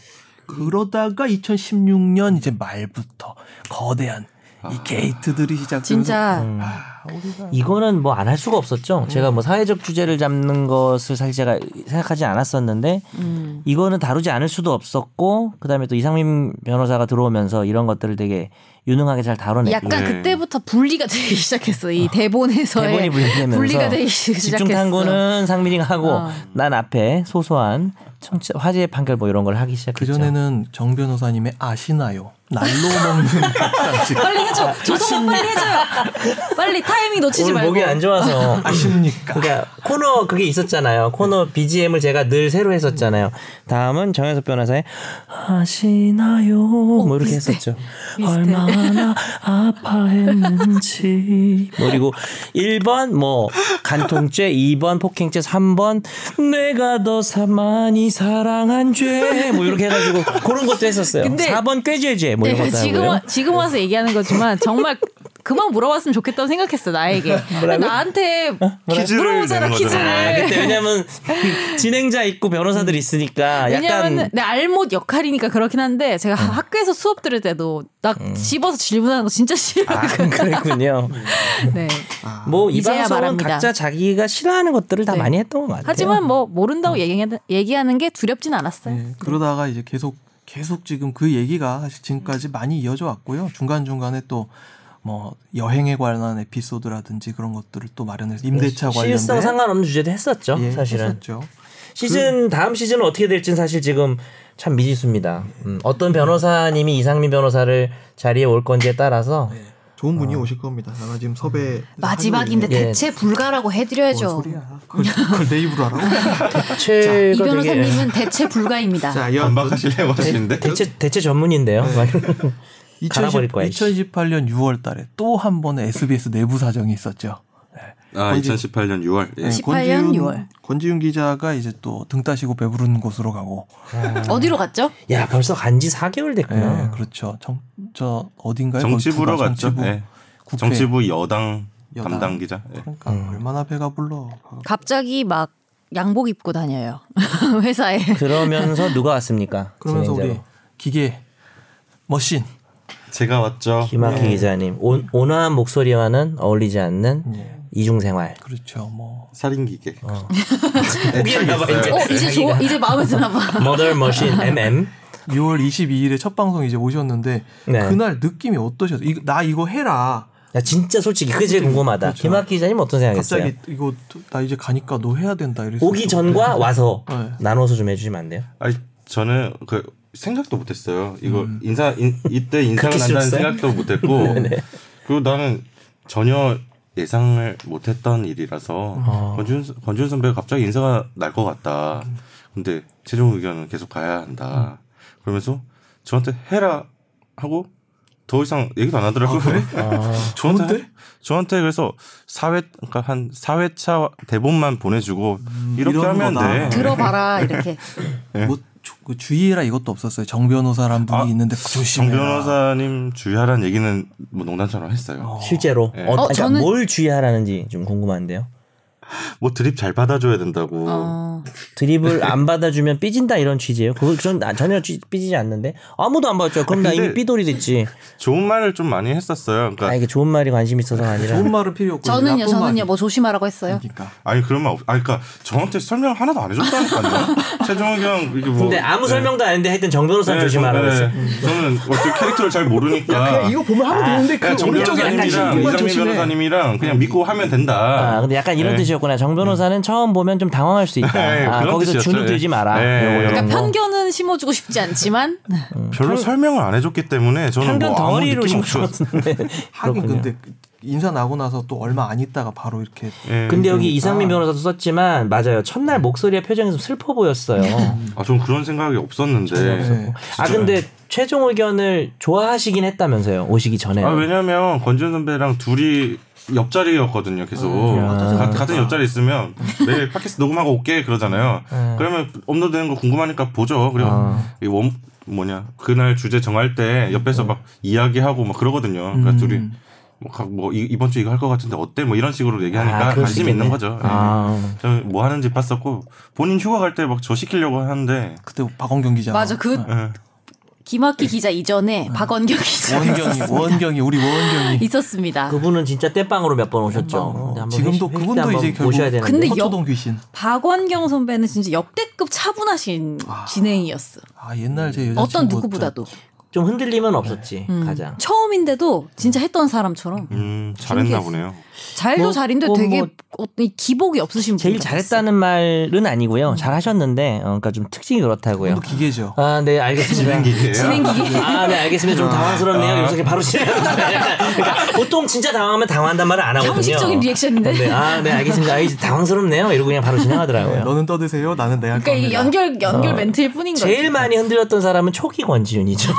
그러다가 2016년 이제 말부터 거대한 이 게이트들이 시작해서 진짜 아, 우리가 이거는 뭐 안 할 수가 네. 없었죠. 제가 뭐 사회적 주제를 잡는 것을 사실 제가 생각하지 않았었는데 음. 이거는 다루지 않을 수도 없었고 그다음에 또 이상민 변호사가 들어오면서 이런 것들을 되게 유능하게 잘 다뤄냈고 약간 네. 그때부터 분리가 되기 시작했어. 이 대본에서의 대본이 분리되면서 예. 분리가 되기 시작했어. 집중 탐구는 상민이가 하고 어. 난 앞에 소소한 청취 화제 판결 뭐 이런 걸 하기 그 시작했죠. 전에는 정 변호사님의 아시나요? 날로 먹는 밥상식 빨리 해줘. 조성만 빨리 해줘요. 빨리 타이밍 놓치지 오늘 말고. 목이 안 좋아서 아십니까? 그러니까 코너 그게 있었잖아요. 코너 네. BGM을 제가 늘 새로 했었잖아요. 다음은 정현석 변호사의 아시나요? 뭐 이렇게 어, 비슷해. 했었죠. 비슷해. 얼마나 아파했는지. 뭐 그리고 1번 뭐 간통죄, 2번 폭행죄, 3번 내가 더 사- 많이 사랑한 죄. 뭐 이렇게 해가지고 그런 것도 했었어요. 근데 4번 꾀죄죄 뭐 이런 네, 것도 지금 하고요. 와- 지금 와서 얘기하는 거지만 정말 그만 물어봤으면 좋겠다고 생각했어 나에게. 나한테 퀴즈를 물어보잖아 내는 퀴즈를. 거잖아. 아, 그때 왜냐면 진행자 있고 변호사들 있으니까 아, 약간 왜냐면 내 알못 역할이니까 그렇긴 한데 제가 학교에서 수업 들을 때도 나 집어서 질문하는 거 진짜 싫어. 아, 그랬군요. 네. 뭐 이 이제야 방송은 말합니다. 각자 자기가 싫어하는 것들을 다 네. 많이 했던 것 같아요. 하지만 뭐 모른다고 얘기하는, 얘기하는 게 두렵진 않았어요. 네, 그러다가 이제 계속 계속 지금 그 얘기가 사실 지금까지 많이 이어져 왔고요. 중간 중간에 또 뭐 여행에 관한 에피소드라든지 그런 것들을 또 마련해서 임대차 네, 실상 관련된 상관없는 주제도 했었죠. 예, 사실은 했었죠. 그 시즌 다음 시즌은 어떻게 될지는 사실 지금 참 미지수입니다. 음, 어떤 변호사님이 이상민 변호사를 자리에 올 건지에 따라서 예. 네. 좋은 분이 오실 겁니다. 아마 지금 음. 섭외 마지막인데 예. 대체 불가라고 해드려야죠. 소리야. 그걸, 그걸 내 입으로 하라고. 대체가 이 아, 되게 예. 변호사님은 대체 불가입니다. 자, 여 네. 반박하실래요, 하시는데? 대체 대체 전문인데요. 막 이런- 2010, 갈아버릴 거야, 이씨. 2018년 6월 달에 또 한 번의 SBS 내부 사정이 있었죠. 네, 아, 2018년 6월. 네. 예. 18년 권지윤- 6월. 권지윤 기자가 이제 또 등 따시고 배부른 곳으로 가고 어디로 갔죠? 야 벌써 간지 4개월 예, 됐구나. 그렇죠. 정, 저 어딘가요? 정치부로 거기 부가 갔죠. 정치부. 예. 국회. 정치부 여당, 여당. 담당 기자. 예. 그러니까 얼마나 배가 불러. 갑자기 막 양복 입고 다녀요 회사에. 그러면서 누가 왔습니까? 그러면서 우리 진행자로. 기계 머신 제가 왔죠. 네. 김학희 기자님 온, 온화한 목소리와는 어울리지 않는 네. 이중생활. 그렇죠. 뭐 살인 기계. 네, 어 이제 그 좋아 이제 마음에 드나 봐. Mother Machine MM. 6월 22일에 첫 방송 이제 오셨는데 네. 그날 느낌이 어떠셨어요? 이- 나 이거 해라. 나 진짜 솔직히 그게 제일 궁금하다. 그렇죠. 김학희 기자님 어떤 생각했어요? 갑자기 이거 또- 나 이제 가니까 너 해야 된다 이랬어. 오기 그렇죠. 전과 와서 네. 나눠서 좀 해주시면 안 돼요? 아니 저는 그 생각도 못했어요. 이거 인사 인, 이때 인상을 음. 그렇게 한다는 싫었어요? 네, 생각도 못했고 그리고 나는 전혀 예상을 못했던 일이라서 아. 권준 권준 선배가 갑자기 인사가 날 것 같다. 근데 최종 의견은 계속 가야 한다. 음. 그러면서 저한테 해라 하고 더 이상 얘기도 안 하더라고요. 아, 저한테 저한테 그래서 사회 그러니까 한 4회차 대본만 보내주고 음, 이렇게 이런 하면 거다. 돼. 들어봐라 이렇게. 뭐 주, 그 주의해라 이것도 없었어요. 정 변호사란 분이 네. 아, 있는데 그 정 조심해라. 변호사님 주의하라는 얘기는 뭐 농담처럼 했어요. 실제로 네. 어, 그러니까 저는- 뭘 주의하라는지 좀 궁금한데요. 뭐 드립 잘 받아줘야 된다고. 어. 드립을 안 받아주면 삐진다 이런 취지예요. 그걸 전 아, 전혀 삐- 삐지지 않는데 아무도 안 받았죠. 그럼 나 근데- 이미 삐돌이 됐지. 좋은 말을 좀 많이 했었어요. 그러니까 아 이게 좋은 말이 관심 있어서가 아니라 좋은 말은 필요 없고 저는요 나쁜 말이 저는요 뭐 조심하라고 했어요. 그러니까 아니 그런 말 없. 아니 그러니까 저한테 설명 하나도 안 해줬다니까요. 최종 의견 이게 뭐. 근데 아무 네. 설명도 안 했는데 하여튼 정 변호사 네, 조심하라고 저- 했어요. 네. 저는 어떻게 캐릭터를 잘 모르니까. 이거 보면 하면 되는데 그냥 아, 정 어느 쪽이 변호사님이랑 약간 이상민 조심해. 변호사님이랑 그냥 믿고 하면 된다. 음. 아, 근데 약간 이런 네. 뜻이었구나. 정 변호사는 처음 보면 좀 당황할 수 있다. 네, 아, 그런 거기서 뜻이었죠. 주눅들지 네. 마라. 네. 요거, 요런 그러니까 거. 편견은 심어주고 싶지 않지만 네. 음. 별로 설명을 안 해줬기 때문에 저는 편견 뭐 아무 덩어리로 느낌 심을 없이 것 같은데. 하긴 그렇군요. 근데 인사 나고 나서 또 얼마 안 있다가 바로 이렇게 예. 근데 여기 이상민 변호사도 썼지만 맞아요. 첫날 목소리와 표정이 좀 슬퍼 보였어요. 아, 전 그런 생각이 없었는데. 네. 아 근데 최종 의견을 좋아하시긴 했다면서요. 오시기 전에. 아 왜냐면 권준 선배랑 둘이 옆자리였거든요 아, 계속 네. 가- 같은 옆자리 있으면 내일 팟캐스트 녹음하고 올게 그러잖아요 예. 그러면 업로드되는 거 궁금하니까 보죠 그리고 아. 이 원, 뭐냐 그날 주제 정할 때 네. 옆에서 막 이야기하고 막 그러거든요 음. 그러니까 둘이 뭐, 가- 뭐 이, 이번 주 이거 할 것 같은데 어때 뭐 이런 식으로 얘기하니까 아, 그럴 수 관심이 있겠네. 있는 거죠 예. 아. 저는 뭐 하는지 봤었고 본인 휴가 갈 때 막 저 시키려고 하는데 그때 박원경 기자 맞아 그 어. 예. 김학기 기자 이전에 박원경 기자 원경이 원경이 우리 원경이 뭐 있었습니다. 그분은 진짜 땜빵으로 몇 번 오셨죠. 근데 네, 한번 지금도 회식- 회식 때 그분도 한번 이제 결국 모셔야 되는데. 뭐, 근데 여- 서초동 귀신 박원경 선배는 진짜 역대급 차분하신 진행이었어. 아 옛날 제 여자 어떤 누구보다도 좀 흔들림은 없었지. 음. 가장. 처음인데도 진짜 했던 사람처럼 음 잘했나 신기했어. 보네요 잘도 뭐, 잘인데 뭐, 되게 뭐. 어, 이 기복이 없으신 분 제일 잘했다는 말은 아니고요. 잘하셨는데 어, 그러니까 좀 특징이 그렇다고요. 또 기계죠 아, 네, 알겠습니다. 진행기계 아, 네, 알겠습니다. 좀 당황스럽네요. 이렇게 바로 진행하겠습니다. 그러니까 보통 진짜 당황하면 당황한단 말을 안 하거든요. 형식적인 리액션인데 네, 아, 네, 알겠습니다. 아, 이제 당황스럽네요. 이러고 그냥 바로 진행하더라고요. 너는 떠드세요 나는 내가 할 그러니까 이 겁니다 연결 연결 멘트일 뿐인 거예요. 어. 제일 많이 흔들렸던 사람은 초기 권지윤이죠.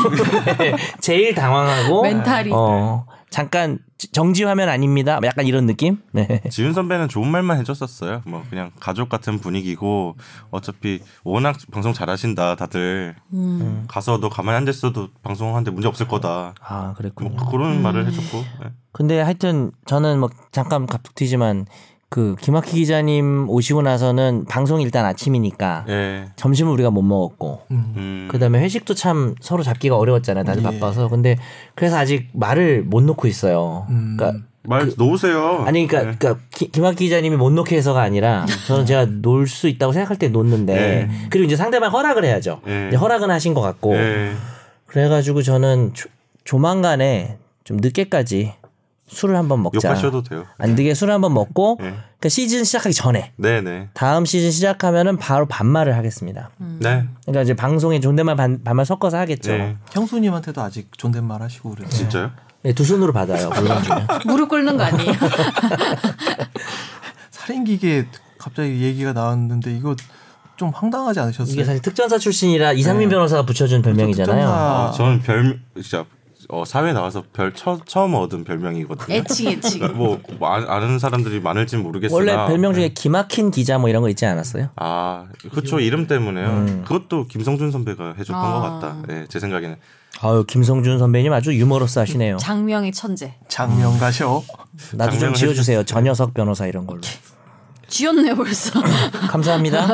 네, 제일 당황하고 멘탈이. 어, 잠깐 정지 화면 아닙니다. 뭐 약간 이런 느낌. 네. 지윤 선배는 좋은 말만 해줬었어요. 뭐 그냥 가족 같은 분위기고 어차피 워낙 방송 잘하신다 다들 음. 가서도 가만히 앉아 있어도 방송하는데 문제 없을 거다. 아, 뭐 그랬군요. 그런 말을 해줬고 예. 근데 하여튼 저는 뭐 잠깐 갑툭튀지만 그 김학희 기자님 오시고 나서는 방송이 일단 아침이니까 예. 점심을 우리가 못 먹었고 음. 그다음에 회식도 참 서로 잡기가 어려웠잖아요. 다들 예. 바빠서. 근데 그래서 아직 말을 못 놓고 있어요. 음. 그러니까 말 놓으세요. 아니 그러니까, 그러니까 기- 김학기 기자님이 못 놓게 해서가 아니라 저는 제가 음. 놀 수 있다고 생각할 때 놓는데 네. 그리고 이제 상대방 허락을 해야죠. 예. 이제 허락은 하신 것 같고 예. 그래가지고 저는 조, 조만간에 좀 늦게까지 술을 한번 먹자. 욕하셔도 돼요. 안 되게 술을 한번 먹고 예. 그러니까 시즌 시작하기 전에 네네. 다음 시즌 시작하면은 바로 반말을 하겠습니다. 네. 그러니까 이제 방송에 존댓말 반, 반말 섞어서 하겠죠. 네. 형수님한테도 아직 존댓말 하시고 그래요 진짜요? 네, 두 손으로 받아요. 물론 중에. 무릎 꿇는 거 아니에요? 살인 기계 갑자기 얘기가 나왔는데 이거 좀 황당하지 않으셨어요? 네. 이게 사실 특전사 출신이라 이상민 변호사가 붙여준 별명이잖아요. 특전사- 아, 저는 별 진짜 어, 사회 나와서 별 처, 음 얻은 별명이거든요. 애칭 예. 그렇죠. 애칭. 뭐, 뭐 아- 아는 사람들이 많을진 모르겠으나 네. 원래 별명 중에 기막힌 기자 뭐 이런 거 있지 않았어요? 아 그쵸 이름 때문에요. 네. 그것도 김성준 선배가 해줬던 것 같다. 예, 제 생각에는 아유 김성준 선배님 아주 유머러스 하시네요. 장명의 천재. 장명가셔. 나도 좀 장면을 지어주세요. 저 녀석 변호사 이런 걸로. 쥐었네 벌써. 감사합니다.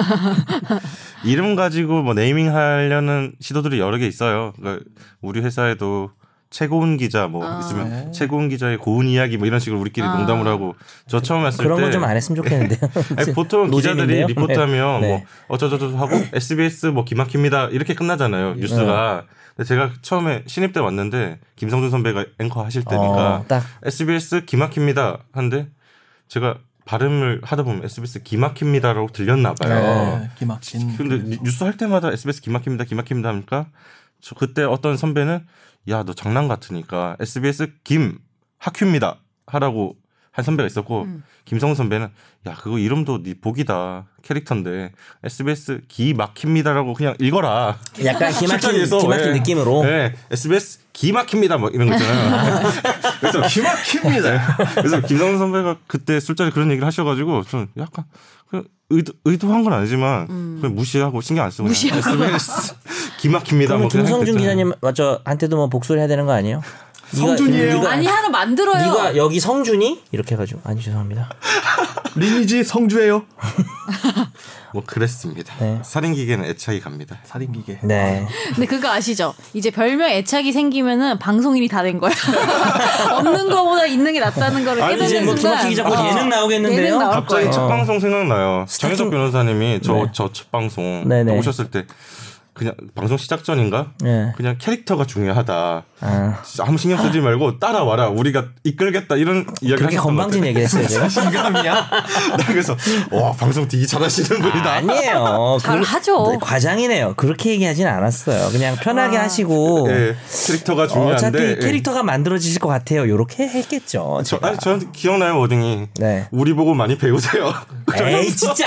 이름 가지고 뭐 네이밍 하려는 시도들이 여러 개 있어요. 그러니까 우리 회사에도 최고운 기자 뭐 있으면 네. 최고운 기자의 고운 이야기 뭐 이런 식으로 우리끼리 농담을 하고 저 처음 했을 그런 때 건 좀 안 했으면 좋겠는데요. 아니, 보통 기자들이 노잼인데요? 리포트하면 네. 뭐 어쩌저쩌 하고 SBS 뭐 기막힙니다 이렇게 끝나잖아요 뉴스가. 네. 근데 제가 처음에 신입 때 왔는데 김성준 선배가 앵커 하실 때니까 어, 딱. SBS 기막힙니다 한데 제가 발음을 하다 보면 SBS 기막힙니다라고 들렸나 봐요. 네, 김학진. 근데 뉴- 뉴스 할 때마다 SBS 기막힙니다 기막힙니다 하니까 저 그때 어떤 선배는 야 너 장난 같으니까 SBS 김 하큐입니다 하라고 한 선배가 있었고 김성우 선배는 야 그거 이름도 네 복이다 캐릭터인데 SBS 기막힙니다라고 그냥 읽어라 약간 기막힌, 술자리에서, 기막힌 예. 느낌으로. 네, SBS 기막힙니다 뭐 이런 거 있잖아요. 그래서 네. 기막힙니다. 그래서 김성훈 선배가 그때 술자리 그런 얘기를 하셔가지고 좀 약간 그 의도 의도한 건 아니지만 그냥 음. 무시하고 신경 안 쓰고 그냥 SBS 기막힙니다. 그러면 뭐 그냥 김성준 했겠죠. 기자님 저한테도 뭐 복수를 해야 되는 거 아니에요? 네가- 성준이에요. 네가- 아니 하나 만들어요. 네가 여기 성준이 이렇게 해가지고 아니 죄송합니다. 리니지 성주예요. 뭐 그랬습니다. 네. 살인 기계는 애착이 갑니다. 살인기계. 네. 근데 그거 아시죠? 이제 별명 애착이 생기면은 방송인이 다 된 거야. 없는 거보다 있는 게 낫다는 거를 아니, 깨닫는 이제 뭐 순간. 아. 김학기 기자 곧 예능 나오겠는데요? 어. 어. 예능 나올 갑자기 거예요. 첫 방송 생각나요. 스타킹- 장혜석 변호사님이 저 저 첫 방송 네네. 오셨을 때 그냥 방송 시작 전인가? 네. 그냥 캐릭터가 중요하다. 아, 진짜 아무 신경 쓰지 말고 따라와라. 우리가 이끌겠다 이런 이야기 그렇게 건방진 얘기를 했어요 제가. 긴감이야. 그래서 와 방송 되게 잘하시는 분이다. 아, 아니에요. 그- 잘하죠. 네, 과장이네요. 그렇게 얘기하진 않았어요. 그냥 편하게 아. 하시고 네, 어, 예, 캐릭터가 중요한데. 어차피 예. 캐릭터가 만들어지실 것 같아요. 요렇게 했겠죠. 저, 아니 저는 기억나요 워딩이. 네. 우리 보고 많이 배우세요. 에이 진짜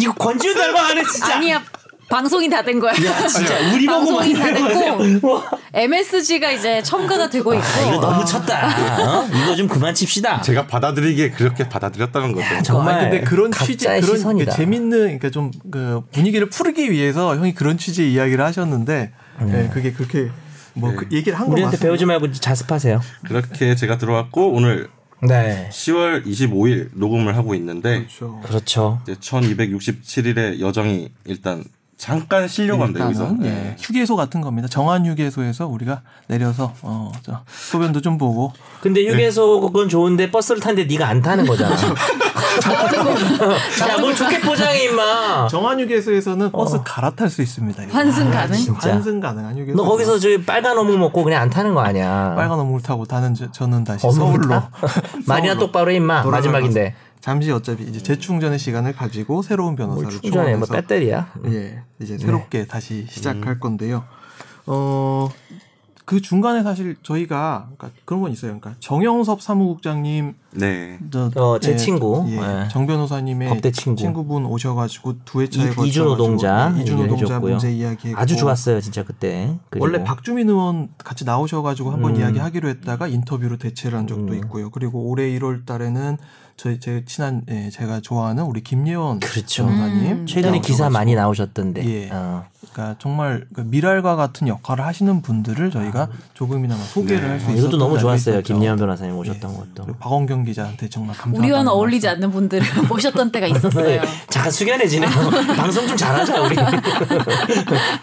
이거 권지훈 닮아가네 진짜. 아니야. 방송인 다 된 거야. 진짜 우리 보고 많이 방송인 다 됐고 MSG가 이제 첨가가 되고 아, 이거 있고 너무 쳤다. 어? 이거 좀 그만 칩시다. 제가 받아들이기에 그렇게 받아들였다는 거죠. 정말 아니, 근데 그런 취지 네. 각자의 그런 시선이다. 그 재밌는 그러니까 좀 그 분위기를 푸르기 위해서 형이 그런 취지의 이야기를 하셨는데 네, 그게 그렇게 네. 뭐 그 얘기를 한거 우리한테 맞습니다. 배우지 말고 자습하세요. 그렇게 제가 들어왔고 오늘 네. 10월 25일 녹음을 하고 있는데 그렇죠. 그렇죠. 이제 1267일의 여정이 일단 잠깐 실려고 합니다 여기서. 일단은 예. 예, 휴게소 같은 겁니다. 정한 휴게소에서 우리가 내려서 어, 저 소변도 좀 보고 근데 네. 휴게소 그건 좋은데 버스를 타는데 네가 안 타는 거잖아. 야뭘 좋게 포장해 임마. 정한 어. 휴게소에서는 버스 갈아탈 수 있습니다. 이거. 환승 가능. 진짜. 환승 가능한 휴게소. 너 거기서 저기 빨간 어묵 먹고 그냥 안 타는 거 아니야. 빨간 어묵을 타고 다는 저, 저는 다시 어묵을 서울로 타? 마리아 서울로 똑바로 해, 임마. 돌아갈 마지막인데. 거죠. 잠시 어차피 이제 재충전의 시간을 가지고 새로운 변호사를 충전해 뭐 초청해서 배터리야. 예, 이제 네. 새롭게 다시 시작할 음. 건데요. 어, 그 중간에 사실 저희가 그러니까 그런 건 있어요. 그러니까 정영섭 사무국장님, 네. 저, 어, 제 친구. 예. 정 변호사님의 법대 친구. 분 오셔가지고 두 회차에 이- 이준 노동자 이준 노동자 얘기해줬고요. 문제 이야기했고 아주 좋았어요 진짜 그때. 그리고 음. 원래 박주민 의원 같이 나오셔가지고 한번 이야기하기로 했다가 인터뷰로 대체를 한 적도 있고요. 그리고 올해 1월 달에는 저희 제 친한 예, 제가 좋아하는 우리 김예원 그렇죠. 변호사님 네, 최근에 기사 음. 나오셔가지고 많이 나오셨던데. 예. 어. 그러니까 정말 그 미랄과 같은 역할을 하시는 분들을 저희가 조금이나마 아. 소개를 할 수 어, 그 있었던 이것도 너무 날이 좋았어요. 있었죠. 김예현 변호사님 오셨던 것도. 그리고 박원경 기자한테 정말 감사합니다. 우리와는 어울리지 않는 분들을 모셨던 때가 있었어요. 네. 잠깐 숙연해지네요. 방송 좀 잘하자 우리.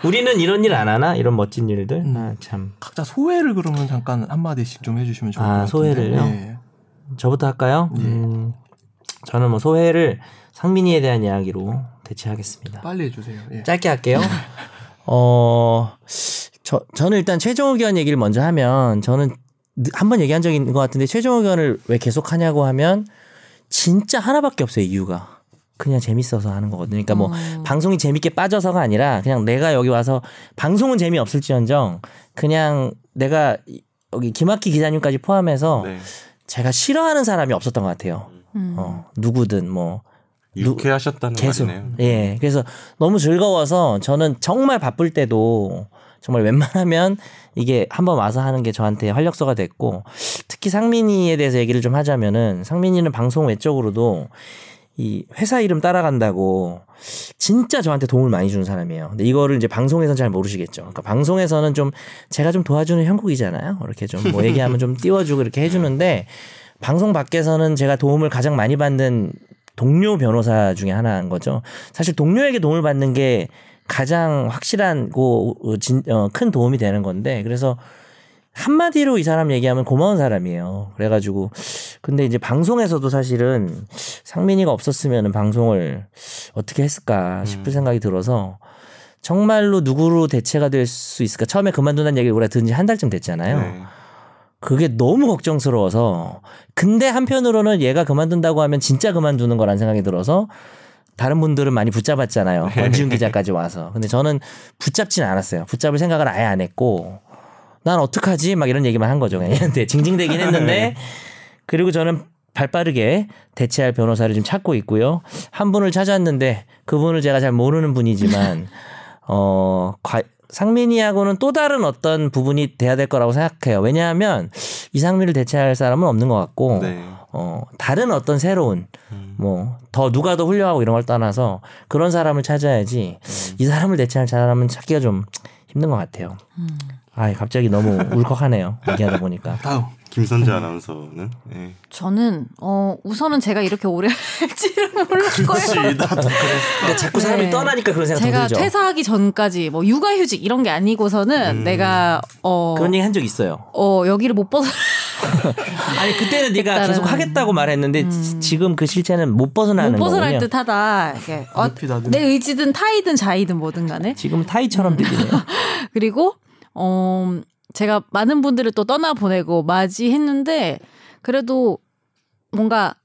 우리는 이런 일 안 하나? 이런 멋진 일들. 음. 아, 참. 각자 소회를 그러면 잠깐 한 마디씩 좀 해주시면 좋을 것 아, 같아요. 소회를요? 예. 저부터 할까요? 네. 음, 저는 뭐 소회를 상민이에 대한 이야기로 대체하겠습니다. 빨리 해주세요. 예. 짧게 할게요. 어, 저, 저는 일단 최종 의견 얘기를 먼저 하면 저는 한 번 얘기한 적이 있는 것 같은데 최종 의견을 왜 계속 하냐고 하면 진짜 하나밖에 없어요 이유가. 그냥 재밌어서 하는 거거든요. 그러니까 뭐 방송이 재밌게 빠져서가 아니라 그냥 내가 여기 와서 방송은 재미없을지언정 그냥 내가 이- 여기 김학기 기자님까지 포함해서 네. 음. 제가 싫어하는 사람이 없었던 것 같아요. 어, 누구든 어, 뭐 유쾌하셨다는 계속. 말이네요. 예. 그래서 너무 즐거워서 저는 정말 바쁠 때도 정말 웬만하면 이게 한번 와서 하는 게 저한테 활력소가 됐고 특히 상민이에 대해서 얘기를 좀 하자면은 상민이는 방송 외적으로도 이 회사 이름 따라간다고 진짜 저한테 도움을 많이 주는 사람이에요. 근데 이거를 이제 방송에서는 잘 모르시겠죠. 그러니까 방송에서는 좀 제가 좀 도와주는 형국이잖아요. 이렇게 좀 뭐 얘기하면 좀 띄워주고 이렇게 해주는데 방송 밖에서는 제가 도움을 가장 많이 받는 동료 변호사 중에 하나인 거죠. 사실 동료에게 도움을 받는 게 가장 확실하고 진- 어, 큰 도움이 되는 건데 그래서 한마디로 이 사람 얘기하면 고마운 사람이에요. 그래가지고 근데 이제 방송에서도 사실은 상민이가 없었으면 방송을 어떻게 했을까 싶을 생각이 들어서 정말로 누구로 대체가 될 수 있을까 처음에 그만둔다는 얘기를 우리가 듣은 지 한 달쯤 됐잖아요. 네. 그게 너무 걱정스러워서 근데 한편으로는 얘가 그만둔다고 하면 진짜 그만두는 거란 생각이 들어서 다른 분들은 많이 붙잡았잖아요. 권지훈 기자까지 와서. 근데 저는 붙잡진 않았어요. 붙잡을 생각을 아예 안 했고 난 어떡하지? 막 이런 얘기만 한 거죠. 그냥 얘한테 징징대긴 했는데 그리고 저는 발빠르게 대체할 변호사를 지금 찾고 있고요. 한 분을 찾았는데 그분을 제가 잘 모르는 분이지만 어 과- 상민이하고는 또 다른 어떤 부분이 돼야 될 거라고 생각해요. 왜냐하면 이상민을 대체할 사람은 없는 것 같고 네. 어 다른 어떤 새로운 뭐 더 누가 더 훌륭하고 이런 걸 떠나서 그런 사람을 찾아야지 이 사람을 대체할 사람은 찾기가 좀 힘든 것 같아요. 음. 아 갑자기 너무 울컥하네요. 얘기하다 보니까. 다음. 김선재 아나운서는 예. 저는 어 우선은 제가 이렇게 오래 할지는 몰랐고요. 그러니까 자꾸 사람이 네. 떠나니까 그런 생각 제가 들죠. 퇴사하기 전까지 뭐 육아휴직 이런 게 아니고서는 내가 어, 음. 그런 얘기 한 적 있어요. 어 여기를 못 벗어 아니 그때는 네가 했다라는- 음. 계속 하겠다고 말했는데 지- 지금 그 실체는 못 벗어나는 못 벗어날 거군요. 듯하다. 이렇게 어, 늪이 다 늪. 내 의지든 타이든 자이든 뭐든간에 지금 타이처럼 들리네요. 그리고 어 제가 많은 분들을 또 떠나 보내고 맞이했는데 그래도 뭔가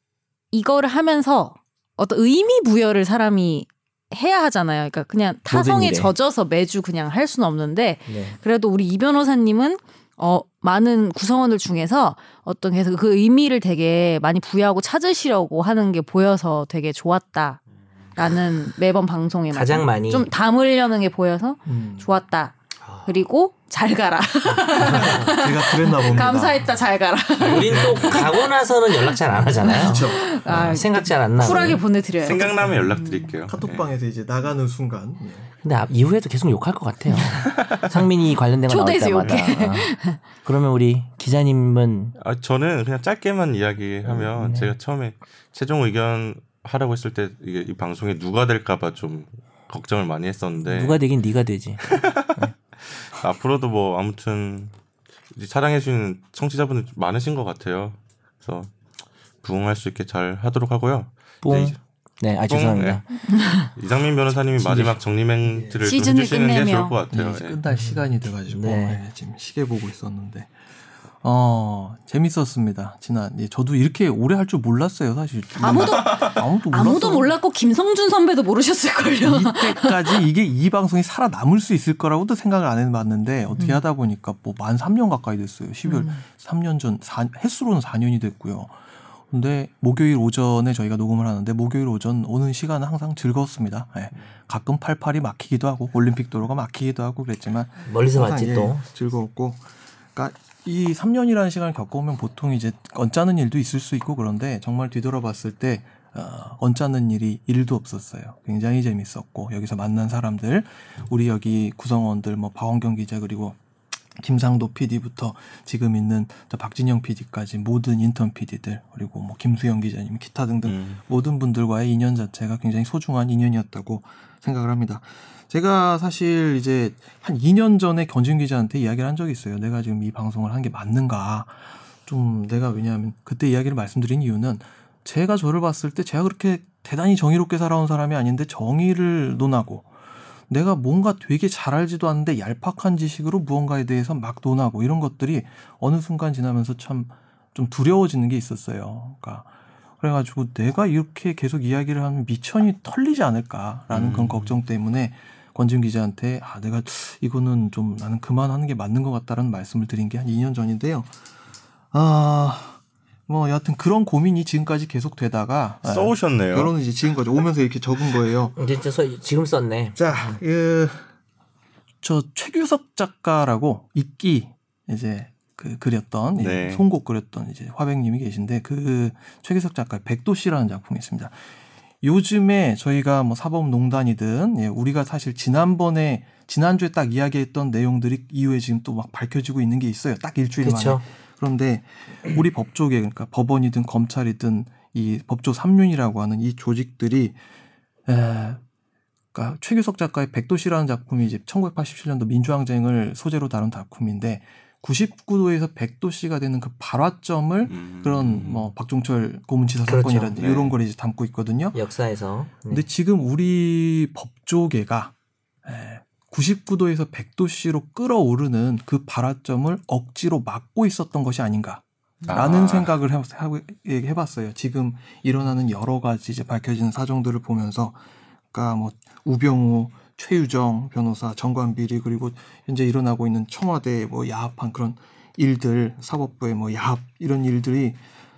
이거를 하면서 어떤 의미 부여를 사람이 해야 하잖아요. 그러니까 그냥 타성에 일에. 젖어서 매주 그냥 할 수는 없는데 네. 그래도 우리 이 변호사님은 어 많은 구성원들 중에서 어떤 계속 그 의미를 되게 많이 부여하고 찾으시려고 하는 게 보여서 되게 좋았다라는 매번 방송에 가장 네, 맞는 예. 많이. 좀 담으려는 게 보여서 좋았다. 그리고 잘 가라. 음. 아. 제가 그랬나 봅니다. 네. 감사했다. 잘 가라. 우린 또 가고 나서는 연락 잘 안 하잖아요. 아, 어, 생각 잘 안 나. 쿨하게 보내드려요. 생각나면 연락드릴게요. 네. 예. 카톡방에서 이제 나가는 순간 예. 근데 앞- 이후에도 계속 욕할 것 같아요. 상민이 관련된 거 나올 초대해서 때마다. 아. 그러면 우리 기자님은 아, 저는 그냥 짧게만 이야기하면 제가 처음에 최종 의견 하라고 했을 때 이게 이 방송에 누가 될까봐 좀 걱정을 많이 했었는데 누가 되긴 네가 되지. 앞으로도 뭐 아무튼 이제 사랑해주는 청취자분들 좀 많으신 것 같아요. 그래서 부응할 수 있게 잘 하도록 하고요. 뽕. 이제 네, 아 죄송합니다. 이- 이상민 변호사님이 마지막 정리 멘트를 좀 시즌을 해주시는 게 끝내며. 좋을 것 네, 같아요. 이제 예. 끝날 시간이 돼가지고 네. 예, 지금 시계 보고 있었는데 어 재밌었습니다. 지난 예, 저도 이렇게 오래 할 줄 몰랐어요 사실. 아무도- 아무도 아무도 몰랐어요. 몰랐고 김성준 선배도 그렇죠. 모르셨을걸요. 이때까지 이게 이 방송이 살아남을 수 있을 거라고도 생각을 안 해봤는데 어떻게 하다 보니까 뭐 만 3년 가까이 됐어요. 12월 3년 전 사- 횟수로는 4년이 됐고요. 근데 목요일 오전에 저희가 녹음을 하는데 목요일 오전 오는 시간은 항상 즐거웠습니다. 예. 가끔 팔팔이 막히기도 하고 올림픽 도로가 막히기도 하고 그랬지만 멀리서 항상, 봤지 예, 또. 즐거웠고 그러니까 이 3년이라는 시간을 겪어오면 보통 이제 언짢은 일도 있을 수 있고 그런데 정말 뒤돌아봤을 때 어, 언짢은 일이 일도 없었어요. 굉장히 재밌었고 여기서 만난 사람들 우리 여기 구성원들 뭐 박원경 기자 그리고 김상도 PD부터 지금 있는 저 박진영 PD까지 모든 인턴 PD들 그리고 뭐 김수영 기자님 기타 예. 등등 음. 모든 분들과의 인연 자체가 굉장히 소중한 인연이었다고 생각을 합니다. 제가 사실 이제 한 2년 전에 견진 기자한테 이야기를 한 적이 있어요. 내가 지금 이 방송을 한 게 맞는가? 좀 내가 왜냐하면 그때 이야기를 말씀드린 이유는 제가 저를 봤을 때 제가 그렇게 대단히 정의롭게 살아온 사람이 아닌데 정의를 논하고 내가 뭔가 되게 잘 알지도 않는데 얄팍한 지식으로 무언가에 대해서 막 논하고 이런 것들이 어느 순간 지나면서 참 좀 두려워지는 게 있었어요. 그러니까 그래가지고 내가 이렇게 계속 이야기를 하면 미천이 털리지 않을까라는 그런 걱정 때문에 권지훈 기자한테 아 내가 이거는 좀 나는 그만하는 게 맞는 것 같다라는 말씀을 드린 게 한 2년 전인데요. 아 뭐 여하튼 그런 고민이 지금까지 계속 되다가 아, 예, 써오셨네요. 결론은 이제 지금까지 오면서 이렇게 적은 거예요. 이제 진짜 서- 지금 썼네. 자, 그, 저 최규석 작가라고 이끼 이제 그 그렸던 네. 이 송곳 그렸던 이제 화백님이 계신데 그 최규석 작가의 백도시라는 작품이 있습니다. 요즘에 저희가 뭐 사법농단이든 예, 우리가 사실 지난번에 지난주에 딱 이야기했던 내용들이 이후에 지금 또 막 밝혀지고 있는 게 있어요. 딱 일주일 만에. 그렇죠. 그런데 우리 법조계 그러니까 법원이든 검찰이든 이 법조 삼륜이라고 하는 이 조직들이 에, 그러니까 최규석 작가의 백도시라는 작품이 이제 1987년도 민주항쟁을 소재로 다룬 작품인데 99도에서 백도시가 되는 그 발화점을 음. 그런 뭐 박종철 고문치사 그렇죠. 사건이라든지 네. 이런 걸 이제 담고 있거든요. 역사에서. 네. 근데 지금 우리 법조계가 에, 99도에서 100도씨로 끌어오르는 그 발화점을 억지로 막고 있었던 것이 아닌가. 라는 아. 생각을 해, 하고- 예, 해봤어요. 지금 일어나는 여러 가지 이제 밝혀지는 사정들을 보면서, 그러니까 뭐 우병우, 최유정 변호사, 정관비리 그리고 현재 일어나고 있는 청와대 뭐 야합한 그런 일들, 사법부의 뭐 야합 이런 일들이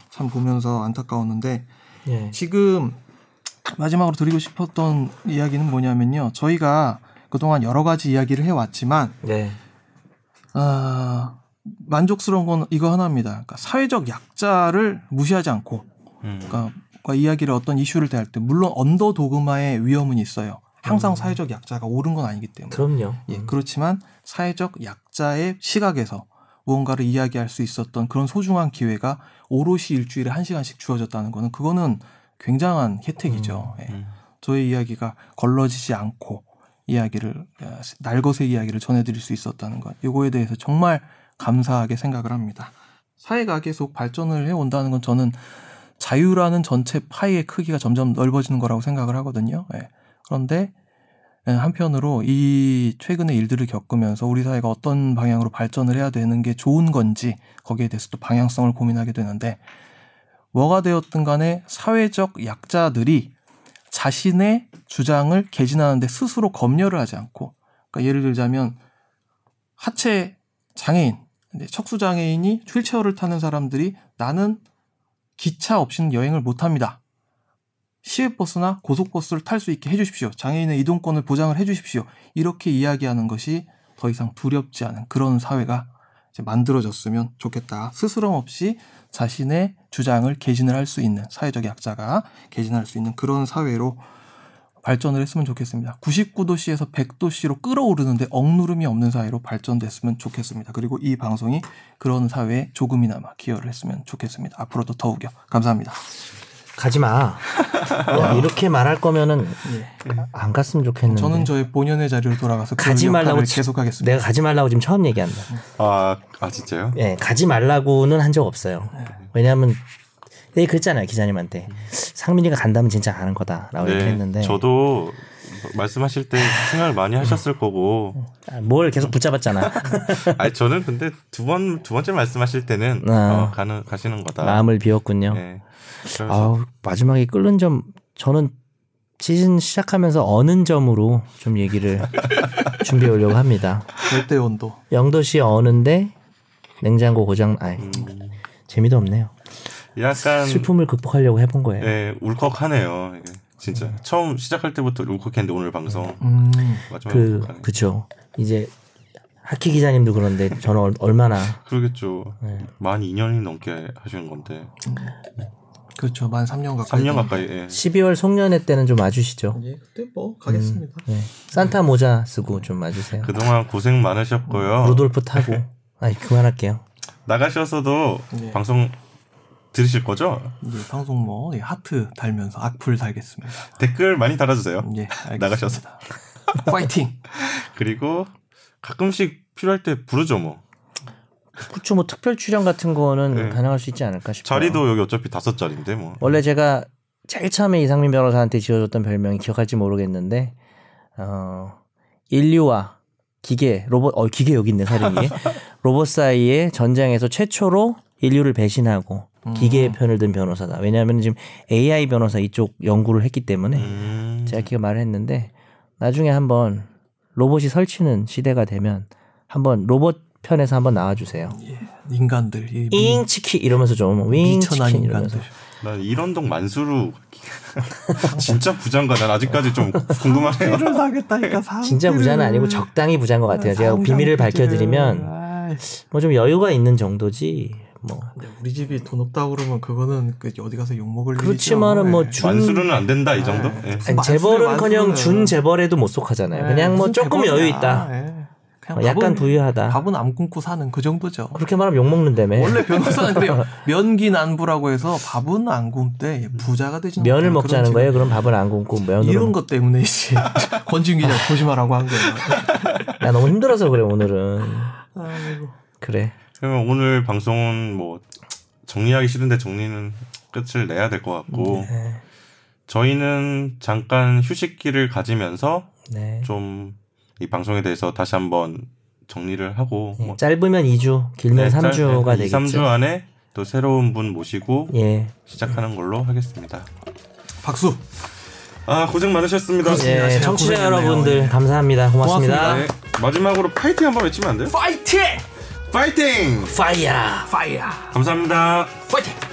참 보면서 안타까웠는데 예. 지금 마지막으로 드리고 싶었던 이야기는 뭐냐면요. 저희가 그동안 여러 가지 이야기를 해왔지만, 네. 아, 만족스러운 건 이거 하나입니다. 그러니까 사회적 약자를 무시하지 않고, 음. 그러니까 그 이야기를 어떤 이슈를 대할 때, 물론 언더 도그마의 위험은 있어요. 항상 사회적 약자가 옳은 건 아니기 때문에. 그럼요. 예, 음. 그렇지만 사회적 약자의 시각에서 무언가를 이야기할 수 있었던 그런 소중한 기회가 오롯이 일주일에 한 시간씩 주어졌다는 거는 그거는 굉장한 혜택이죠. 예. 음. 저의 이야기가 걸러지지 않고 이야기를 어, 날것의 이야기를 전해드릴 수 있었다는 것 이거에 대해서 정말 감사하게 생각을 합니다. 사회가 계속 발전을 해온다는 건 저는 자유라는 전체 파이의 크기가 점점 넓어지는 거라고 생각을 하거든요. 예. 그런데 예, 한편으로 이 최근의 일들을 겪으면서 우리 사회가 어떤 방향으로 발전을 해야 되는 게 좋은 건지 거기에 대해서 또 방향성을 고민하게 되는데 뭐가 되었든 간에 사회적 약자들이 자신의 주장을 개진하는데 스스로 검열을 하지 않고 그러니까 예를 들자면 하체 장애인 이제 척수 장애인이 휠체어를 타는 사람들이 나는 기차 없이는 여행을 못합니다. 시외버스나 고속버스를 탈 수 있게 해주십시오. 장애인의 이동권을 보장을 해주십시오. 이렇게 이야기하는 것이 더 이상 두렵지 않은 그런 사회가 이제 만들어졌으면 좋겠다. 스스럼 없이 자신의 주장을 개진을 할 수 있는 사회적 약자가 개진할 수 있는 그런 사회로 발전을 했으면 좋겠습니다. 99도씨에서 100도씨로 끌어오르는데 억누름이 없는 사회로 발전됐으면 좋겠습니다. 그리고 이 방송이 그런 사회에 조금이나마 기여를 했으면 좋겠습니다. 앞으로도 더욱이요. 감사합니다. 가지 마. 야, 이렇게 말할 거면은 예. 안 갔으면 좋겠는데. 저는 저의 본연의 자리로 돌아가서 그 가지 역할을 말라고 지- 계속하겠습니다. 내가 가지 말라고 지금 처음 얘기한다. 아, 아 진짜요? 예, 가지 말라고는 한 적 없어요. 왜냐하면 내 그랬잖아요 기자님한테 상민이가 간다면 진짜 가는 거다라고 이렇게 했는데 네, 저도 말씀하실 때 생각을 많이 음. 하셨을 거고. 아, 뭘 계속 붙잡았잖아. 아니 저는 근데 두 번 두 번째 말씀하실 때는 아. 어, 가는 가시는 거다. 마음을 비웠군요. 네. 그래서 아 마지막에 끓는 점 저는 시즌 시작하면서 어는 점으로 좀 얘기를 준비해 오려고 합니다. 절대 온도. 영도시 어는데 냉장고 고장 아이 음. 재미도 없네요. 약간 슬픔을 극복하려고 해본 거예요. 예, 울컥하네요. 이게. 진짜 처음 시작할 때부터 울컥했는데 오늘 방송 음. 마지막에 그 울컥하네. 그죠. 이제 하키 기자님도 그런데 저는 얼- 얼마나 그러겠죠. 네. 아, 만 2년이 넘게 하시는 건데 그렇죠. 만 3년 가까이. 네. 3년 가까이 예. 12월 송년회 때는 좀 와주시죠. 예, 그때 뭐 가겠습니다. 네. 산타 모자 쓰고 좀 와주세요. 그동안 고생 많으셨고요. 루돌프 타고. 아니 그만할게요. 나가셔서도 네. 방송 들으실 거죠? 예, 방송 뭐 예, 하트 달면서 악플 달겠습니다. 댓글 많이 달아주세요. 음. 예, 알겠습니다. 나가셔서. 파이팅. 그리고 가끔씩 필요할 때 부르죠 뭐. 그렇죠. 뭐 특별 출연 같은 거는 네. 가능할 수 있지 않을까 싶어요. 자리도 여기 어차피 다섯 자리인데 뭐. 원래 제가 제일 처음에 이상민 변호사한테 지어줬던 별명이 기억할지 모르겠는데 어 인류와 기계 로봇 어 기계 여기 있네 사림 위에 로봇 사이의 전쟁에서 최초로 인류를 배신하고 음. 기계의 편을 든 변호사다. 왜냐하면 지금 AI 변호사 이쪽 연구를 했기 때문에 음, 제가 기가 말을 했는데 나중에 한번 로봇이 설치는 시대가 되면 한번 로봇 편에서 한번 나와주세요. 인간들 이 예, 미- 잉치키 이러면서 좀 미천한 윙치킨 이러면서 인간들. 난 이런 동 만수루 진짜 부자인가? 난 아직까지 좀 궁금하네요. 피를 사겠다니까 진짜 부자는 음. 아니고 적당히 부자인 것 같아요. 제가 비밀을 밝혀드리면 뭐 좀 여유가 있는 정도지 뭐 우리 집이 돈 없다 고 그러면 그거는 그 어디 가서 욕 먹을 일이죠. 그렇지만은 예. 뭐준 만수루는 안 된다 이 정도? 예. 아니, 네. 만수르, 재벌은커녕 만수르. 준 재벌에도 못 속하잖아요. 예, 그냥 뭐 무슨 조금 대박이야. 여유 있다. 예. 그냥 어, 약간 밥은- 부유하다. 밥은 안 굶고 사는 그 정도죠. 그렇게 말하면 욕 먹는다며. 원래 변호사는 그래요. 면기 난부라고 해서 밥은 안 굶대 예, 부자가 되지. 면을 먹자는 거예요. 그럼 밥을 안 굶고 면으로. 뭐 이런 것 때문에 이제 권지윤 기자 조심하라고 한 거예요. 나 너무 힘들어서 그래 오늘은. 아이고. 그래. 그러면 오늘 방송은 뭐 정리하기 싫은데 정리는 끝을 내야 될 것 같고 네. 저희는 잠깐 휴식기를 가지면서 네. 좀 이 방송에 대해서 다시 한번 정리를 하고 뭐 네, 예, 짧으면 2주, 길면 3주가 되겠죠. 3주 안에 또 새로운 분 모시고 예. 시작하는 걸로 하겠습니다. 박수. 아 고생 많으셨습니다. 예, 제가 청취자 고생했네요. 예. 여러분들 감사합니다. 고맙습니다. 네, 마지막으로 파이팅 한번 외치면 안 돼요? 파이팅! 파이팅! 파이야. 파이어! 감사합니다. 파이팅!